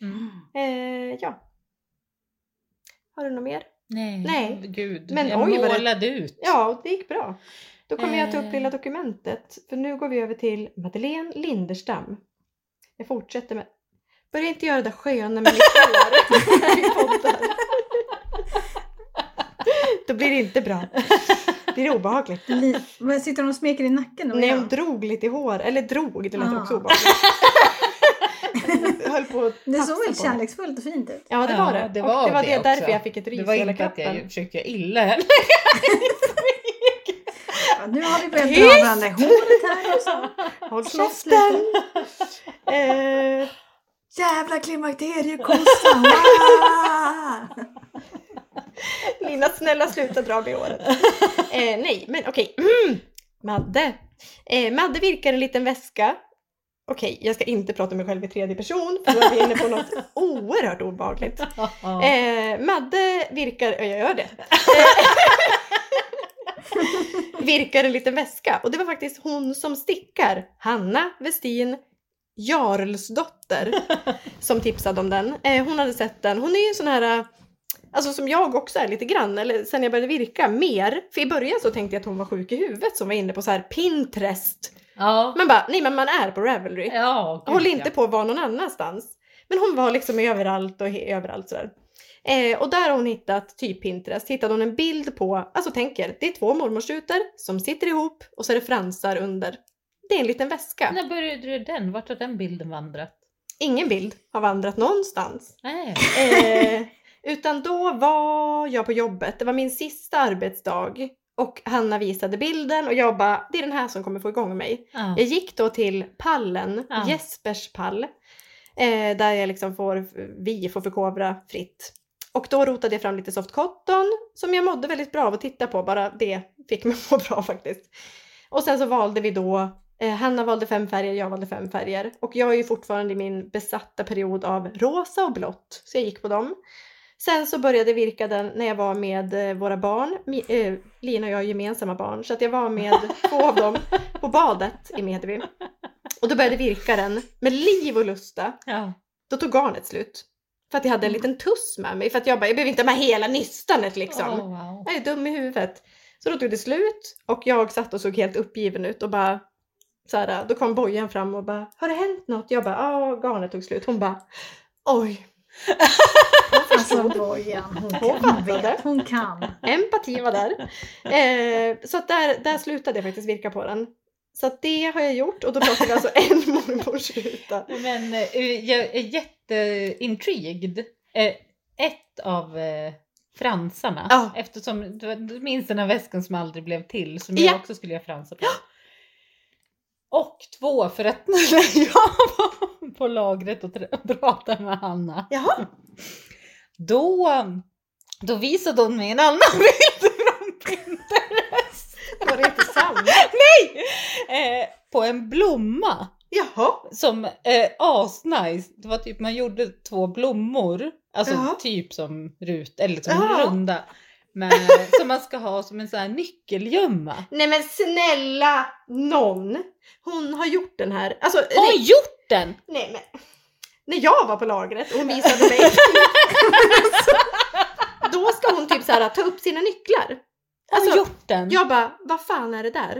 Speaker 2: Mm.
Speaker 3: Eh, ja. Har du något mer?
Speaker 2: Nej.
Speaker 3: Nej.
Speaker 2: Gud,
Speaker 3: Men
Speaker 2: jag
Speaker 3: oj, vad det-
Speaker 2: målade ut.
Speaker 3: Ja, och det gick bra. Då kommer jag ta
Speaker 2: Eh.
Speaker 3: upp lilla dokumentet. För nu går vi över till Madeleine Linderstam. Jag fortsätter med... Börja inte göra det där sköna med mitt hår i podden. Då blir det inte bra. Det är obehagligt.
Speaker 1: Mm. Li- Vad sitter hon och smeker i nacken? då?
Speaker 3: Nej,
Speaker 1: Ja.
Speaker 3: hon drog lite i hår. Eller drog, det lät
Speaker 1: Ah.
Speaker 3: också
Speaker 1: [LAUGHS]
Speaker 3: obehagligt. Jag höll på att
Speaker 1: det såg
Speaker 3: tafsa
Speaker 1: väl
Speaker 3: på henne.
Speaker 1: kärleksfullt och fint ut?
Speaker 3: Ja, det
Speaker 2: Ja,
Speaker 3: var det.
Speaker 2: det
Speaker 3: Och
Speaker 2: var
Speaker 3: det var
Speaker 2: det
Speaker 3: det
Speaker 2: också.
Speaker 3: därför jag fick ett rys
Speaker 2: Det
Speaker 3: i
Speaker 2: var
Speaker 3: hela
Speaker 2: inte att jag
Speaker 3: kroppen.
Speaker 2: försökte göra illa heller.
Speaker 1: Ja, nu har vi börjat dra varandra i håret här. och så.
Speaker 3: [LAUGHS] Håll
Speaker 1: Slåss
Speaker 3: käften! eh,
Speaker 1: Jävla klimakteriekossa! wow!
Speaker 3: Lina, snälla sluta dra mig i håret.
Speaker 1: [LAUGHS]
Speaker 3: Eh, nej, men okej. Mm. Madde. Eh, Madde virkar en liten väska. Okej, jag ska inte prata om mig själv i tredje person för då är vi inne på
Speaker 1: [LAUGHS]
Speaker 3: något oerhört obehagligt. Eh, Madde virkar, ja, jag gör det. Eh, virkar en liten väska och det var faktiskt hon som stickar, Hanna Westin Jarlsdotter, som tipsade om den. Eh, hon hade sett den. Hon är ju en sån här, eh, alltså som jag också är lite grann, eller sen jag började virka mer. För i början så tänkte jag att hon var sjuk i huvudet som var inne på så här Pinterest.
Speaker 2: ja.
Speaker 3: Man bara, nej men man är på Ravelry.
Speaker 2: ja gud,
Speaker 3: Håll
Speaker 2: ja.
Speaker 3: inte på att vara någon annanstans. Men hon var liksom överallt och he- överallt sådär. Eh, och där har hon hittat typ Pinterest, hittade hon en bild på, alltså tänker, det är två mormorsuter som sitter ihop och så är det fransar under. Det är en liten väska.
Speaker 2: När började du den? Vart har den bilden vandrat?
Speaker 3: Ingen bild har vandrat någonstans. [LAUGHS]
Speaker 2: Nej.
Speaker 3: Eh, utan då var jag på jobbet, det var min sista arbetsdag och Hanna visade bilden och jag bara, det är den här som kommer få igång mig.
Speaker 2: Ja.
Speaker 3: Jag gick då till pallen,
Speaker 2: Ja.
Speaker 3: Jespers pall, eh, där jag liksom får, vi får förkovra fritt. Och då rotade jag fram lite soft cotton som jag mådde väldigt bra av att titta på, bara det fick mig [LAUGHS] att må bra faktiskt. Och sen så valde vi då, eh, Hanna valde fem färger, jag valde fem färger. Och jag är ju fortfarande i min besatta period av rosa och blått, så jag gick på dem. Sen så började jag virka den när jag var med eh, våra barn, Mi- eh, Lina och jag är gemensamma barn, så att jag var med två av dem på badet i Medby. Och då började jag virka den med liv och lusta.
Speaker 2: Ja.
Speaker 3: Då tog garnet slut. För att jag hade en liten tuss med mig. För att jag bara, jag behöver inte ha med hela nystanet liksom.
Speaker 2: Åh, wow.
Speaker 3: Jag är dum i huvudet. Så då tog det slut och jag satt och såg helt uppgiven ut och bara så här, då kom Bojan fram och bara Har det hänt något? Jag bara ja, garnet tog slut. Hon bara Oj,
Speaker 1: Alltså Bojan, hon,
Speaker 3: Hon
Speaker 1: kan, hon
Speaker 3: fattade.
Speaker 1: vet, hon kan.
Speaker 3: empati var där. Eh, så att där, där slutade jag faktiskt virka på den. Så att det har jag gjort och då pratade vi alltså en [LAUGHS] mormorsruta.
Speaker 2: Men eh, jag är jätteintrigued. Eh, ett av eh, fransarna,
Speaker 3: Ja.
Speaker 2: eftersom du, du minns den här väskan som aldrig blev till som
Speaker 3: Ja.
Speaker 2: jag också skulle göra fransar på. Och två, för att [LAUGHS] när jag var på lagret och tr- pratade med Hanna,
Speaker 3: Jaha,
Speaker 2: då, då visade hon mig en annan [LAUGHS] bild från Pinterest.
Speaker 3: var det inte sant?
Speaker 2: Eh, på en blomma.
Speaker 3: Jaha.
Speaker 2: som eh, asnice. Det var typ man gjorde två blommor, alltså
Speaker 3: Jaha.
Speaker 2: typ som rut eller som
Speaker 3: Jaha.
Speaker 2: runda.
Speaker 3: [LAUGHS]
Speaker 2: Men, som man ska ha som en sån här nyckelgömma.
Speaker 3: Nej men snälla någon! Hon har gjort den här, alltså
Speaker 2: Har
Speaker 3: nej,
Speaker 2: hon gjort den?
Speaker 3: nej men. När jag var på lagret och hon visade mig. [LAUGHS] då ska hon typ så här ta upp sina nycklar.
Speaker 2: Har hon
Speaker 3: Alltså,
Speaker 2: gjort den?
Speaker 3: Jag bara, vad fan är det där?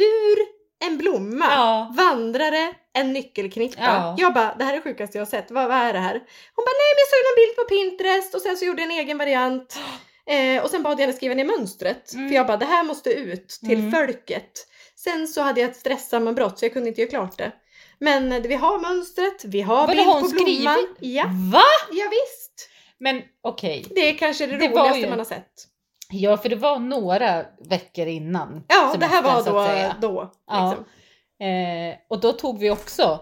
Speaker 3: Ur en blomma
Speaker 2: Ja.
Speaker 3: vandrare en nyckelknippa.
Speaker 2: Ja.
Speaker 3: Jag bara, det här är det sjukaste jag har sett. Vad, vad är det här? Hon bara, nej men jag såg en bild på Pinterest och sen så gjorde jag en egen variant. Eh, och sen bad jag henne skriva ner mönstret.
Speaker 2: Mm.
Speaker 3: För jag bara, det här måste ut till
Speaker 2: Mm.
Speaker 3: folket. Sen så hade jag ett stresssammanbrott så jag kunde inte göra klart det. Men eh, vi har mönstret, vi har
Speaker 2: Vadå,
Speaker 3: bild
Speaker 2: har
Speaker 3: på
Speaker 2: hon
Speaker 3: blomman.
Speaker 2: skrivit?
Speaker 3: Ja,
Speaker 2: Va?
Speaker 3: ja, visst.
Speaker 2: Men okej.
Speaker 3: Det är kanske det,
Speaker 2: Det var
Speaker 3: roligaste
Speaker 2: ju-
Speaker 3: man har sett.
Speaker 2: Ja, för det var några veckor innan.
Speaker 3: Ja, det här var
Speaker 2: semestern, så att
Speaker 3: då,
Speaker 2: säga.
Speaker 3: då
Speaker 2: Ja.
Speaker 3: liksom.
Speaker 2: Eh, och då tog vi också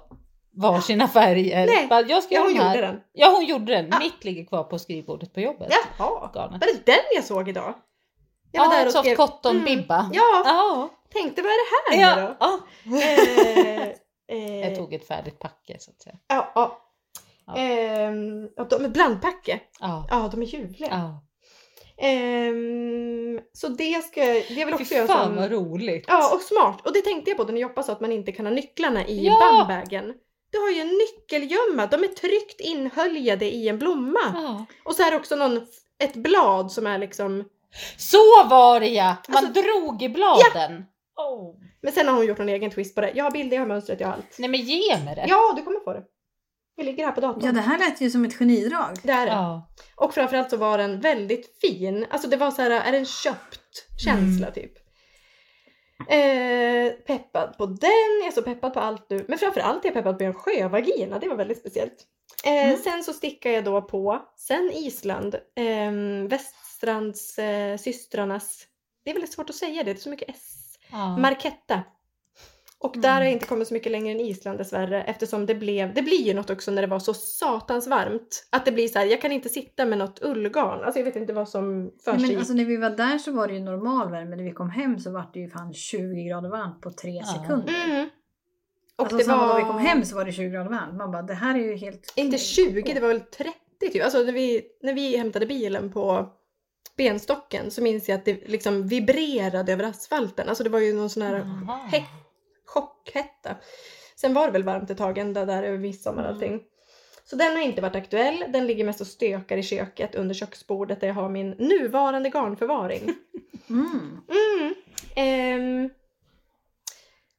Speaker 2: varsina färger.
Speaker 3: Nej,
Speaker 2: Bara, jag ska
Speaker 3: ja,
Speaker 2: göra
Speaker 3: hon
Speaker 2: den här.
Speaker 3: gjorde den.
Speaker 2: Ja, hon gjorde den.
Speaker 3: Ja.
Speaker 2: Mitt ligger kvar på skrivbordet på jobbet.
Speaker 3: Jaha,
Speaker 2: Garnet.
Speaker 3: var det den jag såg idag? Jag
Speaker 2: Ja,
Speaker 3: var där
Speaker 2: en
Speaker 3: och
Speaker 2: soft
Speaker 3: skrev-
Speaker 2: cotton-bibba.
Speaker 3: Ja,
Speaker 2: Mm. Ja.
Speaker 3: tänkte vad är det här nu
Speaker 2: Ja,
Speaker 3: då?
Speaker 2: ja. [LAUGHS]
Speaker 3: Eh, eh,
Speaker 2: Jag tog ett färdigt packe så att säga.
Speaker 3: Ja, ja.
Speaker 2: Ja.
Speaker 3: Ehm, och de är blandpacke.
Speaker 2: Ja.
Speaker 3: Ja, de är ljuvliga.
Speaker 2: ja.
Speaker 3: Ehm, så det ska det vill
Speaker 2: Fy
Speaker 3: också göra
Speaker 2: fan vad
Speaker 3: som...
Speaker 2: roligt.
Speaker 3: Ja, och smart. Och det tänkte jag på när Joppa sa att man inte kan ha nycklarna i
Speaker 2: Ja.
Speaker 3: bandbagen. Du har ju en nyckelgömma, de är tryggt inhöljade i en blomma.
Speaker 2: Ja.
Speaker 3: Och så är det också någon, ett blad som är liksom
Speaker 2: Så var det ja! Man
Speaker 3: Alltså- Oh.
Speaker 2: drog i bladen. Åh.
Speaker 3: Men sen har hon gjort någon egen twist på det. Jag har bilder, jag har mönstret, jag har allt.
Speaker 2: Nej men ge mig det.
Speaker 3: Ja, du kommer få det. Det ligger här på datorn.
Speaker 1: Ja, det här lät ju som ett genidrag.
Speaker 3: Det är det.
Speaker 2: Ja.
Speaker 3: Och framförallt så var den väldigt fin. Alltså det var så här, är den köpt känsla typ. Eh, peppad på den, jag är så peppad på allt nu. Men framförallt är jag peppad på en sjövagina, det var väldigt speciellt. Eh,
Speaker 1: Mm.
Speaker 3: Sen så stickar jag då på, sen Island, ehm, Väststrands eh, systrarnas, det är väldigt svårt att säga det, det är så mycket S.
Speaker 2: Ja.
Speaker 3: Marketta. Och där har
Speaker 1: Mm.
Speaker 3: jag inte kommit så mycket längre än Island dessvärre eftersom det blev, det blir ju något också när det var så satans varmt. Att det blir så här, jag kan inte sitta med något ullgarn. Alltså jag vet inte vad som
Speaker 1: Nej,
Speaker 3: försiggick.
Speaker 1: men alltså, när vi var där så var det ju normal värme. När vi kom hem så var det ju fan 20 grader varmt på tre
Speaker 2: Ja.
Speaker 1: sekunder.
Speaker 3: mm. Och
Speaker 1: alltså,
Speaker 3: det
Speaker 1: samma
Speaker 3: var
Speaker 1: dag vi kom hem så var det 20 grader varmt. Man bara, det här är ju helt...
Speaker 3: inte 20, det var väl 30 typ. Alltså när vi, när vi hämtade bilen på benstocken så minns jag att det liksom vibrerade över asfalten. Alltså det var ju någon sån här
Speaker 2: Jaha.
Speaker 3: Hett, chockhetta. Sen var det väl varmt ett tag ända där över midsommar och allting. Så den har inte varit aktuell. Den ligger mest och stökar i köket under köksbordet där jag har min nuvarande garnförvaring.
Speaker 1: Mm.
Speaker 3: Mm. Ehm.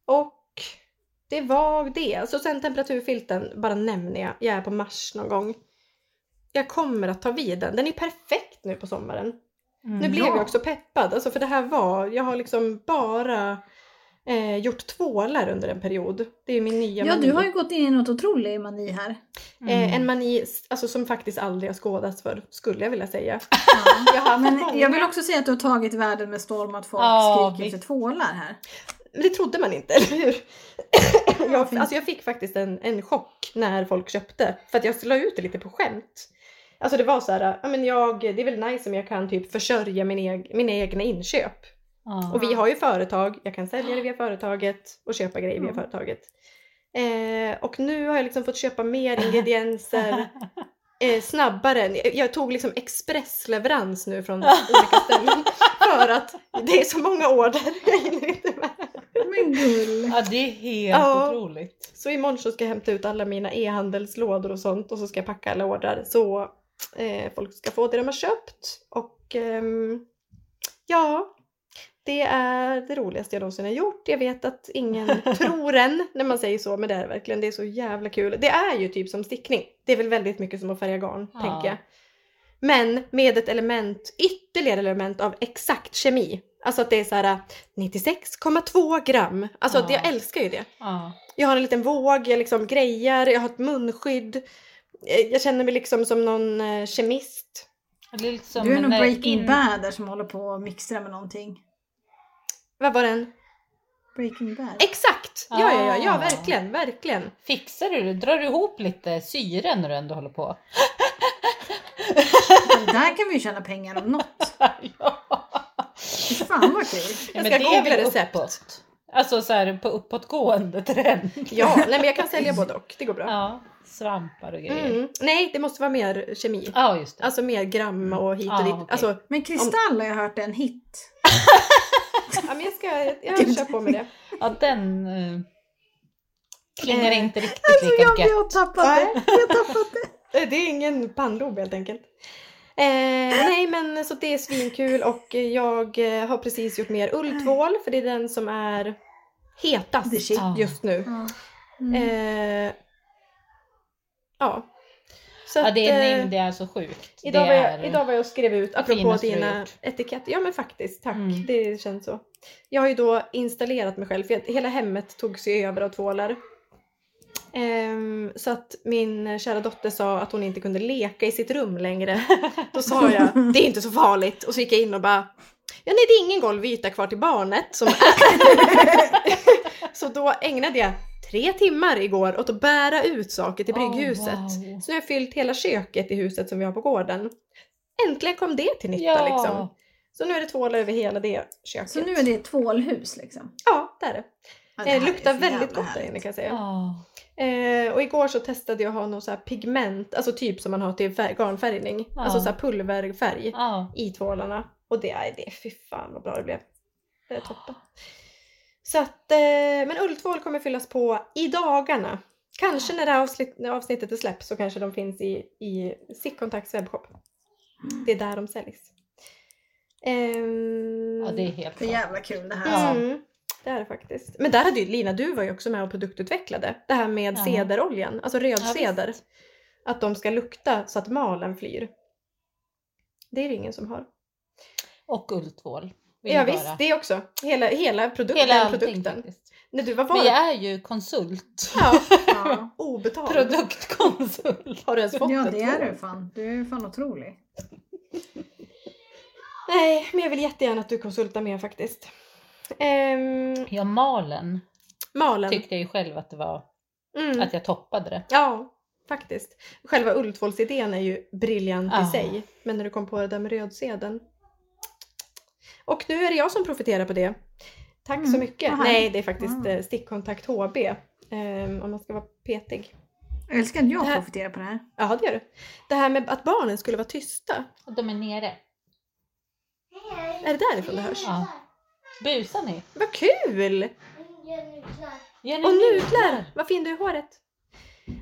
Speaker 3: och det var det. Så sen temperaturfilten, bara nämner jag. Jag är på mars någon gång. Jag kommer att ta vid den. Den är perfekt nu på sommaren.
Speaker 2: Mm.
Speaker 3: Nu blev
Speaker 1: Ja.
Speaker 3: jag också peppad, alltså för det här var, jag har liksom bara eh, gjort tvålar under en period. Det är ju min nya
Speaker 1: Ja,
Speaker 3: mani.
Speaker 1: du har ju gått in i något otrolig mani här.
Speaker 2: Mm.
Speaker 3: eh, En mani alltså, som faktiskt aldrig har skådats för, skulle jag vilja säga.
Speaker 1: Ja.
Speaker 3: Jag har haft många,
Speaker 1: Men jag vill också säga att du har tagit världen med storm och att folk
Speaker 2: Ja,
Speaker 1: skriker
Speaker 2: visst.
Speaker 1: efter tvålar här.
Speaker 3: men det trodde man inte, [LAUGHS] eller hur? jag,
Speaker 1: fint.
Speaker 3: alltså jag fick faktiskt en, en chock när folk köpte, för att jag la ut det lite på skämt. Alltså det var så här, ja men jag, det är väl nice om jag kan typ försörja min eg, mina egna inköp.
Speaker 2: Ja.
Speaker 3: Och vi har ju företag, jag kan sälja det via företaget och köpa grejer via
Speaker 1: Mm.
Speaker 3: företaget. Eh, och nu har jag liksom fått köpa mer ingredienser eh, snabbare. än- Jag, jag tog liksom expressleverans nu från olika ställen för att det är så många order. Jag hinner inte med.
Speaker 1: Men gull!
Speaker 2: Ja det är helt
Speaker 3: Ja.
Speaker 2: otroligt.
Speaker 3: Så imorgon så ska jag hämta ut alla mina e-handelslådor och sånt och så ska jag packa alla order så eh, folk ska få det de har köpt. Och ehm, ja, det är det roligaste jag någonsin har gjort. Jag vet att
Speaker 2: [LAUGHS]
Speaker 3: ingen tror en när man säger så, men det är det verkligen. Det är så jävla kul. Det är ju typ som stickning. Det är väl väldigt mycket som att färga garn,
Speaker 2: Ja.
Speaker 3: tänker jag. Men med ett element, ytterligare element av exakt kemi. Alltså att det är så här 96,2 gram. Alltså
Speaker 2: Ja.
Speaker 3: att jag älskar ju det.
Speaker 2: Ja.
Speaker 3: Jag har en liten våg, jag liksom grejar, jag har ett munskydd. Eh, Jag känner mig liksom som någon eh, kemist.
Speaker 2: Det är liksom
Speaker 1: Du är nog
Speaker 2: när
Speaker 1: Breaking
Speaker 2: in-
Speaker 1: Bad där som håller på och mixtrar med någonting.
Speaker 3: Vad var den?
Speaker 1: Breaking Bad.
Speaker 3: Exakt! Ja, ja, ja, ja,
Speaker 2: Ah.
Speaker 3: verkligen, verkligen.
Speaker 2: Fixar du det? Drar du ihop lite syre när du ändå håller på? [LAUGHS]
Speaker 1: Där kan vi ju tjäna pengar om något.
Speaker 2: ja.
Speaker 1: Fy Fan vad kul!
Speaker 2: Ja,
Speaker 3: ska
Speaker 2: det är
Speaker 3: googla
Speaker 2: väl
Speaker 3: recept.
Speaker 2: Uppåt. Alltså så här på uppåtgående trend.
Speaker 3: Ja, nej men jag kan sälja både och, det går bra.
Speaker 2: Ja, svampar och grejer.
Speaker 3: Mm. Nej, det måste vara mer kemi.
Speaker 2: Ja, just det.
Speaker 3: Alltså mer gram och hit och
Speaker 2: Ah,
Speaker 3: dit.
Speaker 2: okej.
Speaker 3: Alltså,
Speaker 1: Men Kristall har jag hört är en hit.
Speaker 3: ja, men jag ska jag kör på
Speaker 2: [LAUGHS]
Speaker 3: med det.
Speaker 2: Ja, den eh, klingar
Speaker 3: Eh,
Speaker 2: inte riktigt
Speaker 1: Alltså
Speaker 2: lika
Speaker 1: jag,
Speaker 2: gött.
Speaker 1: jag har tappat det. Jag har tappat det.
Speaker 3: Eh, Det är ingen pannlob helt enkelt. Eh, nej men så det är svinkul och jag eh, har precis gjort mer ulltvål för det är den som är hetast
Speaker 1: The shit.
Speaker 3: just nu.
Speaker 1: Ja. Mm.
Speaker 3: Eh, ja. Så
Speaker 2: Ja, det är,
Speaker 3: eh,
Speaker 2: nej, det är så sjukt.
Speaker 3: idag,
Speaker 2: det
Speaker 3: var
Speaker 2: är...
Speaker 3: jag,
Speaker 2: [LAUGHS]
Speaker 3: idag var jag och skrev ut, apropå
Speaker 2: finaste du har
Speaker 3: dina
Speaker 2: gjort.
Speaker 3: etiketter, ja men faktiskt, tack.
Speaker 2: Mm.
Speaker 3: Det känns så. Jag har ju då installerat mig själv, för jag, hela hemmet togs ju över av tvålar. Ehm, så att min kära dotter sa att hon inte kunde leka i sitt rum längre. [LAUGHS] Då sa jag, det är inte så farligt. Och så gick jag in och bara, ja nej det är ingen golvyta kvar till barnet. Som är. så då ägnade jag tre timmar igår åt att bära ut saker till brygghuset.
Speaker 2: Oh, wow.
Speaker 3: Så nu har jag fyllt hela köket i huset som vi har på gården. Äntligen kom det till nytta
Speaker 2: Ja.
Speaker 3: liksom. Så nu är det tvålar över hela det köket.
Speaker 1: Så nu är det ett tvålhus liksom.
Speaker 3: Ja, det är det.
Speaker 1: Ja,
Speaker 3: Det,
Speaker 1: här är
Speaker 3: luktar
Speaker 1: så
Speaker 3: väldigt
Speaker 1: jävla
Speaker 3: gott där
Speaker 1: härligt.
Speaker 3: inne kan jag säga.
Speaker 2: Ja.
Speaker 3: Eh, och igår så testade jag att ha någon så här pigment, alltså typ som man har till färg, garnfärgning.
Speaker 2: Ja.
Speaker 3: Alltså så här pulverfärg
Speaker 2: Ja.
Speaker 3: i tvålarna. Och det, nej, det, fy fan vad bra det blev. Det är toppen. Så att, eh, men ulltvål kommer fyllas på i dagarna. Kanske när det här avsnitt, när avsnittet släpps så kanske de finns i, i Sickkontakts webbshop.
Speaker 2: Mm.
Speaker 3: Det är där de säljs. Ehm,
Speaker 2: Ja, det är helt
Speaker 1: Det är jävla kul det här.
Speaker 2: Ja.
Speaker 3: Mm, det är det faktiskt. Men där hade ju Lina, du var ju också med och produktutvecklade det här med
Speaker 2: Ja.
Speaker 3: cederoljan, alltså röd
Speaker 2: Ja, visst.
Speaker 3: ceder. Att de ska lukta så att malen flyr. Det är det ingen som har.
Speaker 2: Och ulltvål. vill
Speaker 3: Ja
Speaker 2: jag
Speaker 3: visst,
Speaker 2: höra.
Speaker 3: det också. Hela, hela produkten.
Speaker 2: Hela allting
Speaker 3: produkten.
Speaker 2: faktiskt.
Speaker 3: När du var
Speaker 2: Vi
Speaker 3: var
Speaker 2: är ju konsult.
Speaker 3: [LAUGHS] ja,
Speaker 1: Ja.
Speaker 3: obetald.
Speaker 2: Produktkonsult.
Speaker 3: Har du ens [LAUGHS] fått
Speaker 1: ja,
Speaker 3: ett
Speaker 1: det är
Speaker 3: lån?
Speaker 1: du fan. Du är fan otrolig.
Speaker 3: Nej, men jag vill jättegärna att du konsultar mer faktiskt. Ehm,
Speaker 2: Ja, malen
Speaker 3: malen.
Speaker 2: tyckte jag ju själv att det var,
Speaker 3: Mm.
Speaker 2: att jag toppade det.
Speaker 3: Ja, faktiskt. Själva ulltvålsidén är ju briljant
Speaker 2: Ja.
Speaker 3: i sig. Men när du kom på det där med rödsedeln. Och nu är det jag som profiterar på det. Tack så
Speaker 1: Mm,
Speaker 3: mycket.
Speaker 1: vad
Speaker 3: Nej,
Speaker 1: härligt.
Speaker 3: det är faktiskt
Speaker 1: Ja.
Speaker 3: eh, stickkontakt HB. ehm, om man ska vara petig.
Speaker 1: Jag älskar att
Speaker 3: Det
Speaker 1: jag
Speaker 3: här-
Speaker 1: profiterar på det här.
Speaker 3: Ja, det gör du. Det här med att barnen skulle vara tysta.
Speaker 2: Och de är nere.
Speaker 3: Är det därifrån det hörs? Mm.
Speaker 2: Ja. Busar ni?
Speaker 3: Vad kul!
Speaker 2: Gör ni
Speaker 3: Och
Speaker 2: nu?
Speaker 3: nudlar! Vad fin du är i håret.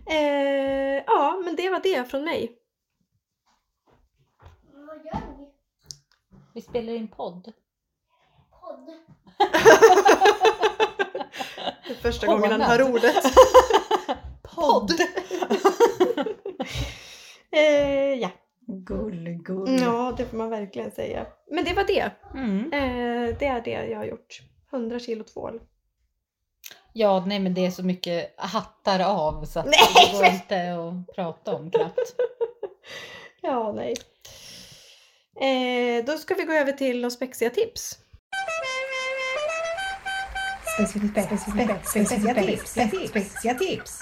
Speaker 3: Eh, ja, men det var det från mig.
Speaker 2: Vi spelar in podd.
Speaker 3: Det är första
Speaker 2: Hånad.
Speaker 3: gången han hör [LAUGHS] ordet. Podd! [LAUGHS] eh, ja.
Speaker 1: Gull, gull.
Speaker 3: Mm. ja, det får man verkligen säga. Men det var det.
Speaker 2: Mm.
Speaker 3: Eh, det är det jag har gjort. 100 kilo tvål.
Speaker 2: Ja, nej men det är så mycket hattar av så att
Speaker 3: Nej,
Speaker 2: det går inte att prata om knappt.
Speaker 3: Ja, nej. Eh, då ska vi gå över till de spexiga tips.
Speaker 4: Specifica tips. Specifica tips.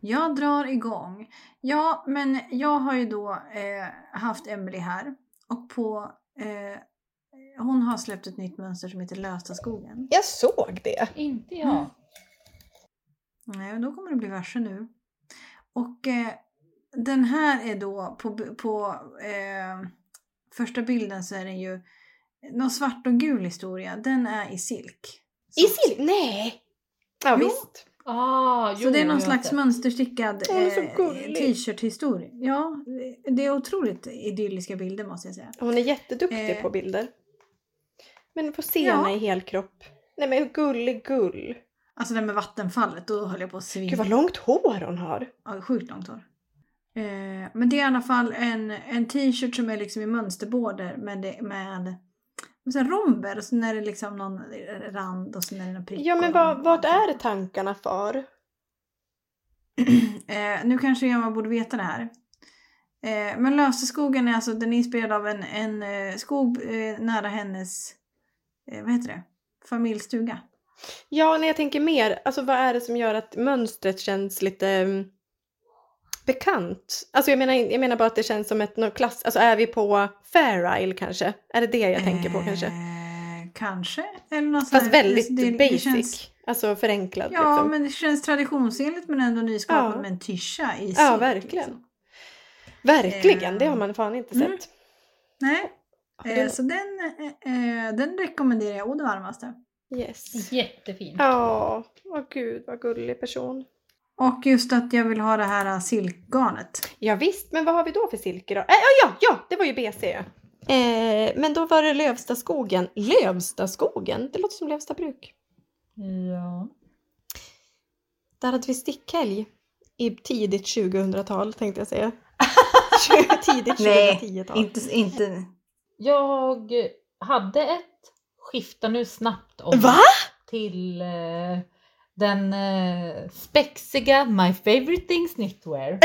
Speaker 1: Jag drar igång. Ja, men jag har ju då eh, haft Emily här och på eh, hon har släppt ett nytt mönster som heter Lösta skogen.
Speaker 3: Jag såg det.
Speaker 2: Inte jag.
Speaker 1: Mm. Nej, och då kommer det bli värre nu. Och eh, den här är då på, b- på eh, första bilden så är den ju någon svart och gul historia. Den är i silk.
Speaker 3: I sill? Nej! Ja,
Speaker 1: Jo.
Speaker 3: visst.
Speaker 2: Ah,
Speaker 1: Så det är någon slags mönsterstickad eh,
Speaker 3: Åh, det är så gulligt.
Speaker 1: t-shirt-historia. Ja, det är otroligt idylliska bilder måste jag säga.
Speaker 3: Hon är jätteduktig
Speaker 1: Eh.
Speaker 3: på bilder. Men på scenen
Speaker 1: Ja.
Speaker 3: i helkropp. Nej men gullig gull.
Speaker 1: Alltså det med vattenfallet, då höll jag på att svimma.
Speaker 3: Gud vad långt hår hon har.
Speaker 1: Ja, sjukt långt hår. Eh, men det är i alla fall en, en t-shirt som är liksom i mönsterbåder men det, med, med så här romber och sen är det liksom någon rand och sen är det någon prick.
Speaker 3: Ja men
Speaker 1: och-
Speaker 3: vad, vart är tankarna för?
Speaker 1: [CLEARS THROAT] Eh, nu kanske jag borde veta det här. Eh, men Löseskogen är alltså, den är inspirerad av en, en eh, skog eh, nära hennes, eh, vad heter det, familjstuga.
Speaker 3: Ja, när jag tänker mer, alltså vad är det som gör att mönstret känns lite mm, bekant? Alltså jag menar, jag menar bara att det känns som ett något klass, alltså är vi på Fair Isle kanske? Är det det jag tänker på kanske?
Speaker 1: Eh, kanske. Eller något sånt
Speaker 3: Fast
Speaker 1: här-
Speaker 3: väldigt
Speaker 1: det- det
Speaker 3: basic,
Speaker 1: känns-
Speaker 3: alltså förenklad
Speaker 1: Ja,
Speaker 3: liksom.
Speaker 1: men det känns traditionsenligt men ändå nyskapat
Speaker 3: Ja.
Speaker 1: med en tischa i
Speaker 3: Ja,
Speaker 1: silk,
Speaker 3: verkligen.
Speaker 1: liksom.
Speaker 3: Verkligen, det har
Speaker 1: Ehm.
Speaker 3: man fan inte sett.
Speaker 1: Mm. Nej,
Speaker 3: Har
Speaker 1: eh,
Speaker 3: du-
Speaker 1: så den, eh, eh, den rekommenderar jag å det varmaste.
Speaker 3: Yes.
Speaker 2: Jättefint.
Speaker 3: Ja, åh gud vad gullig person.
Speaker 1: Och just att jag vill ha det här eh, silkgarnet.
Speaker 3: Ja, visst, men vad har vi då för silke då? Äh, ja, ja, ja, det var ju BC ja. Eh, men då var det Lövstaskogen. Lövstaskogen? Det låter som Lövstabruk.
Speaker 2: Ja.
Speaker 3: Där hade vi stickhelg i tidigt 2000-tal tänkte jag [LAUGHS] säga. tidigt
Speaker 1: Nej,
Speaker 3: 2010-tal.
Speaker 1: Inte, inte...
Speaker 2: Jag hade ett, skifta nu snabbt om
Speaker 3: Va?
Speaker 2: till eh, den eh, spexiga My Favorite Things
Speaker 3: Eh.
Speaker 2: Knitwear.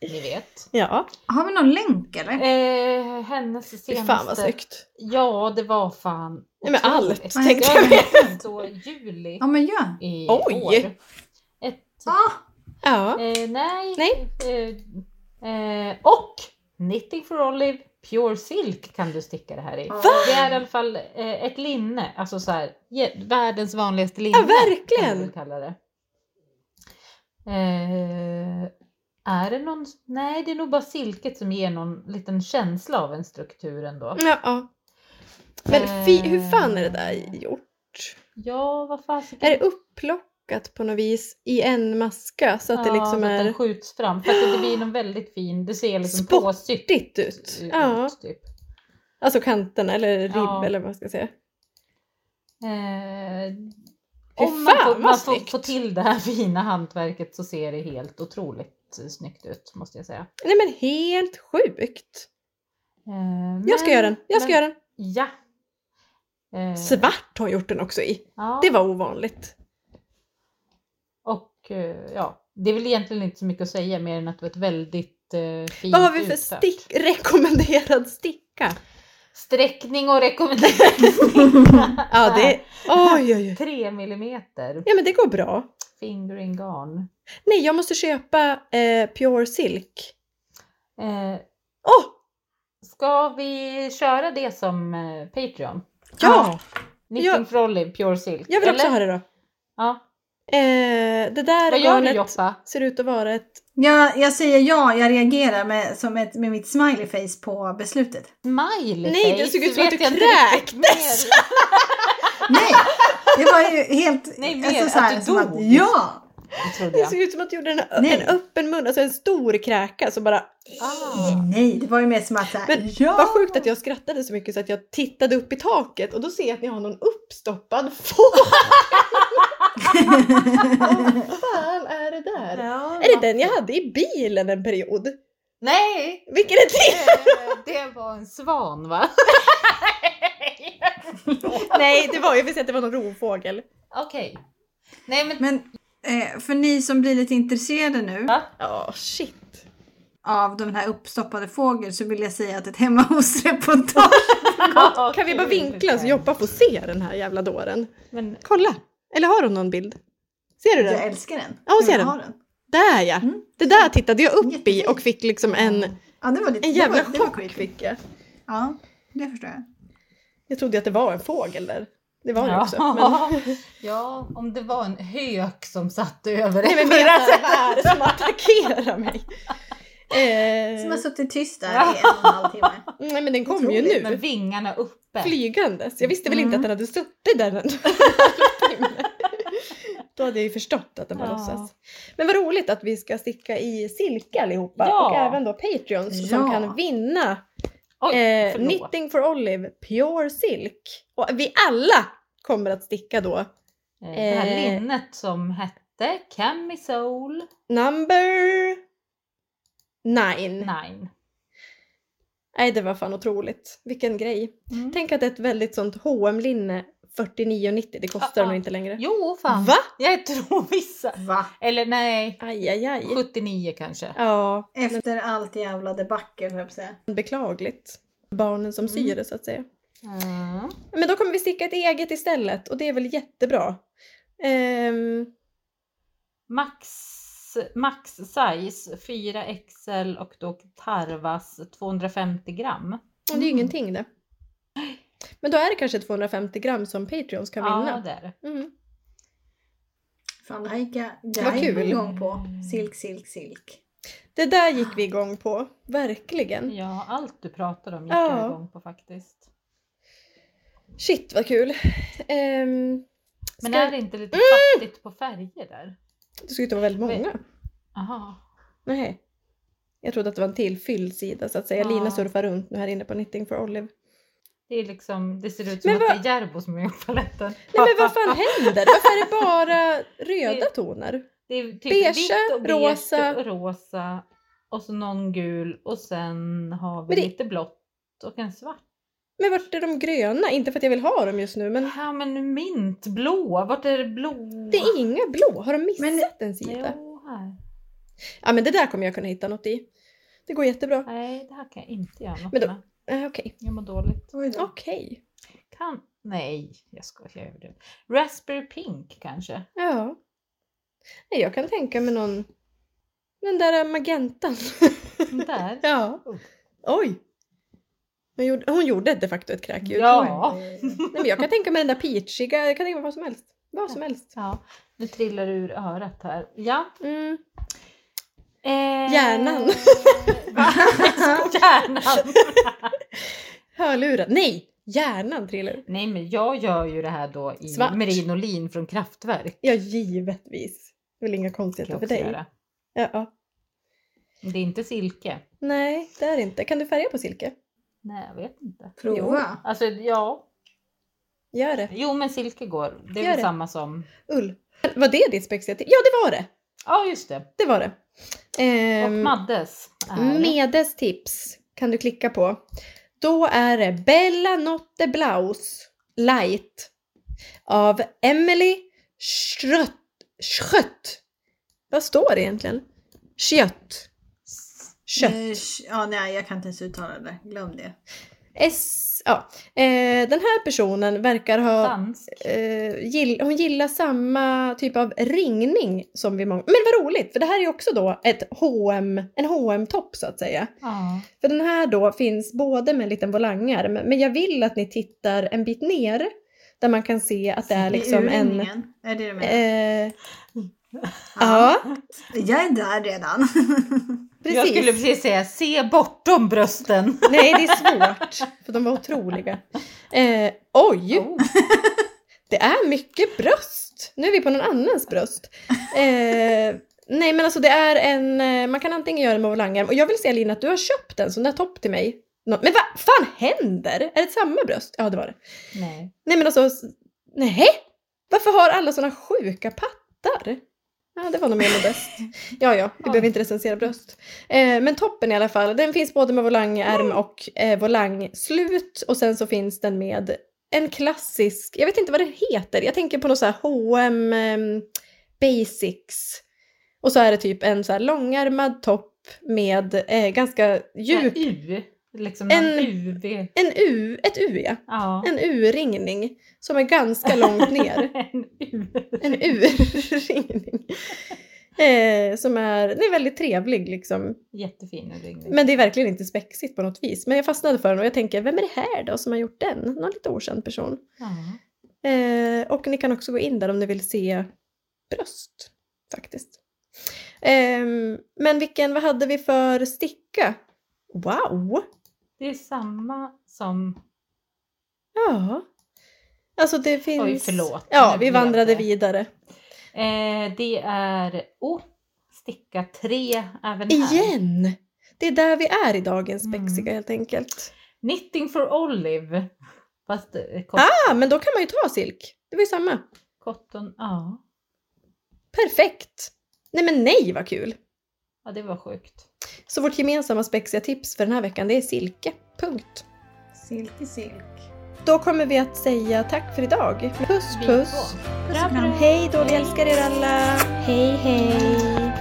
Speaker 2: Ni vet.
Speaker 3: [LAUGHS] ja,
Speaker 1: Har vi någon länk eller?
Speaker 2: Eh, hennes
Speaker 3: fy
Speaker 2: senaste...
Speaker 3: fan vad snyggt.
Speaker 2: Ja, det var fan
Speaker 3: Nej, men allt,
Speaker 2: otroligt.
Speaker 1: tänkte
Speaker 2: Ja,
Speaker 1: jag.
Speaker 2: men Så juli
Speaker 1: Ja men gör!
Speaker 2: i
Speaker 3: Oj.
Speaker 2: år. Ett,
Speaker 1: Ah,
Speaker 3: Ja.
Speaker 2: eh, nej.
Speaker 3: Nej.
Speaker 2: Eh, eh, och Knitting for Olive Pure Silk kan du sticka det här i.
Speaker 1: Va?
Speaker 2: Det är i alla fall eh, ett linne, alltså så här, je- världens vanligaste linne.
Speaker 3: ja,
Speaker 2: kan man väl
Speaker 3: verkligen.
Speaker 2: kalla det. Eh, är det någon, nej det är nog bara silket som ger någon liten känsla av en struktur ändå.
Speaker 3: Ja, ja. Men fy, hur fan är det där
Speaker 2: Eh,
Speaker 3: gjort?
Speaker 2: Ja, vad fasiken.
Speaker 3: Är det upplock ihopstickat på något vis i en maska så att det liksom
Speaker 2: så att
Speaker 3: är
Speaker 2: den skjuts fram. För att det blir en väldigt fin, det ser liksom
Speaker 3: Spottigt
Speaker 2: påsytt
Speaker 3: ut. Ja.
Speaker 2: typ.
Speaker 3: alltså kanterna eller ribb
Speaker 2: Ja.
Speaker 3: eller vad man ska säga.
Speaker 2: Eh,
Speaker 3: Fy
Speaker 2: om man,
Speaker 3: fan,
Speaker 2: får,
Speaker 3: vad
Speaker 2: man får,
Speaker 3: snyggt.
Speaker 2: får till det här [LAUGHS] fina hantverket så ser det helt otroligt eh, snyggt ut måste jag säga.
Speaker 3: Nej men helt sjukt!
Speaker 2: Eh,
Speaker 3: Jag ska
Speaker 2: men-
Speaker 3: göra den, jag ska
Speaker 2: men-
Speaker 3: göra den!
Speaker 2: Ja. Eh,
Speaker 3: Svart har hon gjort den också i.
Speaker 2: ja.
Speaker 3: Det var ovanligt.
Speaker 2: Och eh, ja, det är väl egentligen inte så mycket att säga mer än att det var ett väldigt eh, fint
Speaker 3: Vad har vi för
Speaker 2: utfört.
Speaker 3: stick [LAUGHS] rekommenderad sticka?
Speaker 2: Sträckning och rekommendation.
Speaker 3: [LAUGHS] Ja
Speaker 2: [LAUGHS]
Speaker 3: det... Oj oj oj!
Speaker 2: 3 millimeter.
Speaker 3: Ja men det går bra.
Speaker 2: Fingering garn.
Speaker 3: Nej jag måste köpa eh, Pure Silk.
Speaker 2: Eh,
Speaker 3: Åh! Oh,
Speaker 2: ska vi köra det som eh, Patreon?
Speaker 3: ja!
Speaker 2: Knitting
Speaker 3: Jag-
Speaker 2: for Olive Pure Silk.
Speaker 3: Jag vill också
Speaker 2: eller?
Speaker 3: ha det då.
Speaker 2: Ja.
Speaker 3: Eh, det där
Speaker 2: Vad gör du
Speaker 3: garnet
Speaker 2: Joppa?
Speaker 3: ser ut att vara ett...
Speaker 1: Jag, jag säger ja, jag reagerar med, som ett, med mitt smiley face på beslutet.
Speaker 2: Smiley
Speaker 3: Nej,
Speaker 2: face?
Speaker 3: det såg ut som att
Speaker 2: Vet
Speaker 3: du
Speaker 2: jag inte riktigt
Speaker 3: kräktes.
Speaker 2: mer.
Speaker 1: Nej! Det var ju helt... alltså
Speaker 2: Nej, mer
Speaker 1: så
Speaker 2: att
Speaker 1: här,
Speaker 2: du
Speaker 1: som
Speaker 2: dog.
Speaker 1: Ja!
Speaker 2: Det trodde
Speaker 3: Det
Speaker 2: jag.
Speaker 3: såg ut som att du gjorde en,
Speaker 1: Nej.
Speaker 3: en öppen mun, alltså en stor kräka. Så bara,
Speaker 2: Ah.
Speaker 1: Nej, det var ju mer som att så här,
Speaker 3: Men
Speaker 1: ja!
Speaker 3: Vad sjukt att jag skrattade så mycket så att jag tittade upp i taket och då ser jag att ni har någon uppstoppad fågel. Vad fan är det där?
Speaker 2: Ja.
Speaker 3: Är det den jag hade i bilen en period?
Speaker 2: Nej!
Speaker 3: Vilken är det?
Speaker 2: Eh, Det var en svan va?
Speaker 3: [LAUGHS]
Speaker 2: [LAUGHS]
Speaker 3: Nej, det var ju för att det var någon rovfågel.
Speaker 2: Okej. Nej men,
Speaker 1: Men eh, för ni som blir lite intresserade nu
Speaker 2: Ja.
Speaker 3: Ja, shit.
Speaker 1: av den här uppstoppade fågeln så vill jag säga att ett hemma hos-reportage.
Speaker 2: [LAUGHS]
Speaker 3: Kan vi bara vinkla så Joppa får se den här jävla dåren?
Speaker 2: Men,
Speaker 3: Kolla! Eller har hon någon bild? Ser du
Speaker 1: Jag
Speaker 3: den?
Speaker 1: älskar den.
Speaker 3: Ja, hon
Speaker 1: Jag
Speaker 3: ser
Speaker 1: vill
Speaker 3: den.
Speaker 1: ha den.
Speaker 3: Där ja!
Speaker 1: Mm.
Speaker 3: Det där tittade jag upp i
Speaker 1: Jättefin.
Speaker 3: och fick liksom en,
Speaker 1: Ja, det var lite,
Speaker 3: en jävla
Speaker 1: det var, det var
Speaker 3: chock. Eh.
Speaker 1: creepy.
Speaker 3: Fick jag.
Speaker 1: Ja, det förstår jag.
Speaker 3: jag trodde att det var en fågel där. Det var det
Speaker 2: ja.
Speaker 3: också. Men...
Speaker 2: [LAUGHS] ja, om det var en hök som satt [LAUGHS] över
Speaker 3: Nej men mer såhär, vad är det som attackerar mig? Eh,
Speaker 1: Som har suttit tyst där i en och en halv timme.
Speaker 3: nej men den kom ju
Speaker 1: Otroligt,
Speaker 3: nu.
Speaker 2: med vingarna uppe.
Speaker 3: Flygandes. Jag visste väl inte
Speaker 1: Mm.
Speaker 3: att den hade suttit där en [LAUGHS] timme. Då hade jag ju förstått att den var
Speaker 2: Ja.
Speaker 3: låtsas. Men vad roligt att vi ska sticka i silke allihopa
Speaker 2: Ja.
Speaker 3: och även då Patreons som
Speaker 1: Ja.
Speaker 3: kan vinna
Speaker 2: Oj,
Speaker 3: eh,
Speaker 2: förlåt.
Speaker 3: Knitting for Olive Pure Silk. Och vi alla kommer att sticka då
Speaker 2: Eh, Det här
Speaker 3: eh,
Speaker 2: linnet som hette Camisole
Speaker 3: number nine.
Speaker 2: 9.
Speaker 3: Nej, det var fan otroligt. Vilken grej. Tänk att ett väldigt sånt H&M-linne 49,90 det kostar
Speaker 2: Ja,
Speaker 3: nog
Speaker 2: ja.
Speaker 3: inte längre.
Speaker 2: Jo, fan.
Speaker 3: Va?
Speaker 2: Jag tror vissa.
Speaker 1: Va?
Speaker 2: Eller nej,
Speaker 3: Aj, aj, aj.
Speaker 2: 79 kanske.
Speaker 3: Ja,
Speaker 1: Efter allt jävla debacle, höll jag på att säga.
Speaker 3: beklagligt. Barnen som syr det så att säga.
Speaker 2: Mm.
Speaker 3: Men då kommer vi sticka ett eget istället och det är väl jättebra. Ehm,
Speaker 2: Max, max size 4XL och då tarvas 250 gram.
Speaker 3: och
Speaker 2: Mm.
Speaker 3: det är ju ingenting det. Men då är det kanske 250 gram som Patreons kan
Speaker 2: Ja,
Speaker 3: vinna.
Speaker 2: det är det.
Speaker 3: Mm.
Speaker 1: Fan, det här gick jag, det
Speaker 3: Vad
Speaker 1: här gick jag
Speaker 3: kul.
Speaker 1: igång på. Silk, silk, silk.
Speaker 3: Det där gick vi igång på, verkligen.
Speaker 2: Ja, allt du pratar om gick
Speaker 3: Ja.
Speaker 2: jag igång på faktiskt.
Speaker 3: Shit vad kul. Ehm,
Speaker 2: Men
Speaker 3: ska- Mm!
Speaker 2: är det inte lite fattigt på färger där?
Speaker 3: Det skulle inte vara väldigt många.
Speaker 2: Aha.
Speaker 3: Nej. Jag trodde att det var en till fylld sida så att säga.
Speaker 2: Ja.
Speaker 3: Lina surfar runt nu här inne på Knitting for
Speaker 2: [LAUGHS]
Speaker 3: Olive.
Speaker 2: Det, är liksom, det ser ut som
Speaker 3: Men
Speaker 2: att det är Järbo som har gjort paletten.
Speaker 3: Nej men vad fan händer? Varför är det bara röda toner?
Speaker 2: [LAUGHS] Det är typ
Speaker 3: Beige,
Speaker 2: vitt och beige
Speaker 3: rosa.
Speaker 2: och rosa och så någon gul och sen har vi
Speaker 3: Men det-
Speaker 2: lite blått och en svart.
Speaker 3: Men vart är de gröna? Inte för att jag vill ha dem just nu men
Speaker 2: Ja men mintblå, vart är det blå?
Speaker 3: det är inga blå. Har de missat en sida?
Speaker 2: Jo, här.
Speaker 3: Ja men det där kommer jag kunna hitta något i. Det går jättebra.
Speaker 2: Nej, det här kan jag inte göra något
Speaker 3: Men då-
Speaker 2: med.
Speaker 3: Eh, Okej.
Speaker 2: Jag mår dåligt.
Speaker 1: Oj då.
Speaker 3: Okej.
Speaker 2: Kan... Nej, jag skojar. Jag överdrev. Raspberry Pink kanske?
Speaker 3: Ja. Nej jag kan tänka mig någon... Den där magentan. [LAUGHS]
Speaker 2: Den Där.
Speaker 3: ja. Oj! Hon gjorde, hon gjorde de facto ett kräkljud.
Speaker 2: Ja.
Speaker 3: Nej, men jag kan tänka mig den där peachiga, jag kan tänka mig vad som helst. Vad som helst.
Speaker 2: ja. Nu trillar det ur örat här. Ja.
Speaker 3: Mm.
Speaker 2: Eh...
Speaker 3: Hjärnan.
Speaker 2: Hjärnan.
Speaker 3: Hörlurar. Nej! Hjärnan trillar ut.
Speaker 2: Nej men jag gör ju det här då i
Speaker 3: Svart.
Speaker 2: merinolin från Kraftwerk.
Speaker 3: Ja, givetvis. Det är väl
Speaker 2: Kan
Speaker 3: inga
Speaker 2: jag
Speaker 3: konstigheter för
Speaker 2: också
Speaker 3: dig?
Speaker 2: göra.
Speaker 3: Ja, ja.
Speaker 2: Men Det är inte silke.
Speaker 3: Nej, det är det inte. Kan du färga på silke?
Speaker 2: Nej jag vet inte.
Speaker 1: Prova.
Speaker 2: Alltså ja,
Speaker 3: Gör det.
Speaker 2: jo men silke går. Det är
Speaker 3: Gör
Speaker 2: väl
Speaker 3: det.
Speaker 2: samma som...
Speaker 3: Ull. Var det ditt spexiga tips? Ja, det var det!
Speaker 2: Ja just det.
Speaker 3: Det var det.
Speaker 2: Och
Speaker 3: Ehm,
Speaker 2: Maddes är...
Speaker 3: Medes tips kan du klicka på. Då är det Bella Notte Blaus Light av Emily Schrött. Schrött. Vad står det egentligen? Schött. Schött.
Speaker 1: Eh, sh- Ja, nej, jag kan inte ens uttala det. Glöm det.
Speaker 3: S, ja. eh, den här personen verkar ha...
Speaker 2: Dans.
Speaker 3: Eh, gill, hon gillar samma typ av ringning som vi många... Men vad roligt! För det här är också då ett H&M, en H&M-topp så att säga.
Speaker 2: Ja.
Speaker 3: För den här då finns både med en liten volangärm, men jag vill att ni tittar en bit ner där man kan se att det är liksom en...
Speaker 1: urringningen. Är det det med?
Speaker 3: Eh, ja,
Speaker 1: Jag är där redan.
Speaker 3: precis.
Speaker 2: Jag skulle precis säga se bortom
Speaker 3: [LAUGHS]
Speaker 2: brösten.
Speaker 3: Nej, det är svårt, för de var otroliga. Eh, oj!
Speaker 2: Oh.
Speaker 3: Det är mycket bröst! Nu är vi på någon annans bröst. Eh, nej, men alltså det är en... eh, Man kan antingen göra en med volangärm, och jag vill se Lina att du har köpt en sån där topp till mig. Nå- Men vad fan händer? Är det samma bröst? Ja, det var det.
Speaker 2: Nej.
Speaker 3: Nej men alltså, s- nej! Varför har alla såna sjuka pattar? Ja, det var nog mer modest. Ja, ja, vi
Speaker 2: Ja.
Speaker 3: behöver inte recensera bröst. Eh, men toppen i alla fall, den finns både med volangärm och eh, volangslut och sen så finns den med en klassisk, jag vet inte vad den heter, jag tänker på någon så här H&M ehm, basics. Och så är det typ en så här långärmad topp med eh, ganska djup,
Speaker 2: U. Liksom en
Speaker 3: En-
Speaker 2: UV.
Speaker 3: en U, ett U ja,
Speaker 2: Ja.
Speaker 3: en U-ringning som är ganska långt ner.
Speaker 2: [LAUGHS] en U.
Speaker 3: En urringning. [LAUGHS] Eh, som är, den är väldigt trevlig liksom.
Speaker 2: Jättefin urringning.
Speaker 3: Men det är verkligen inte spexigt på något vis. Men jag fastnade för den och jag tänker, vem är det här då som har gjort den? Någon lite okänd person.
Speaker 2: Ja.
Speaker 3: Eh, och ni kan också gå in där om ni vill se bröst. Faktiskt. Ehm, men vilken, vad hade vi för sticka? Wow!
Speaker 2: Det är samma som...
Speaker 3: Ja. Alltså det finns...
Speaker 2: förlåt.
Speaker 3: Ja,
Speaker 2: Nu
Speaker 3: vi
Speaker 2: blev
Speaker 3: vandrade
Speaker 2: det.
Speaker 3: vidare.
Speaker 2: Eh, det är oh, sticka tre även här. Mm.
Speaker 3: Igen! Det är där vi är i dagens spexiga helt enkelt.
Speaker 2: Knitting for Olive. Fast eh, cot-
Speaker 3: Ja, Ah, men då kan man ju ta silk. Det var ju samma.
Speaker 2: cotton, ja.
Speaker 3: Perfekt! Nej men nej vad kul!
Speaker 2: ja. det var sjukt.
Speaker 3: Så vårt gemensamma spexiga tips för den här veckan det är silke. Punkt.
Speaker 1: Silke silk.
Speaker 3: Då kommer vi att säga tack för idag. Puss
Speaker 2: Vi får.
Speaker 3: puss!
Speaker 1: Puss och kram.
Speaker 3: Hej då, vi älskar er alla! Hej hej!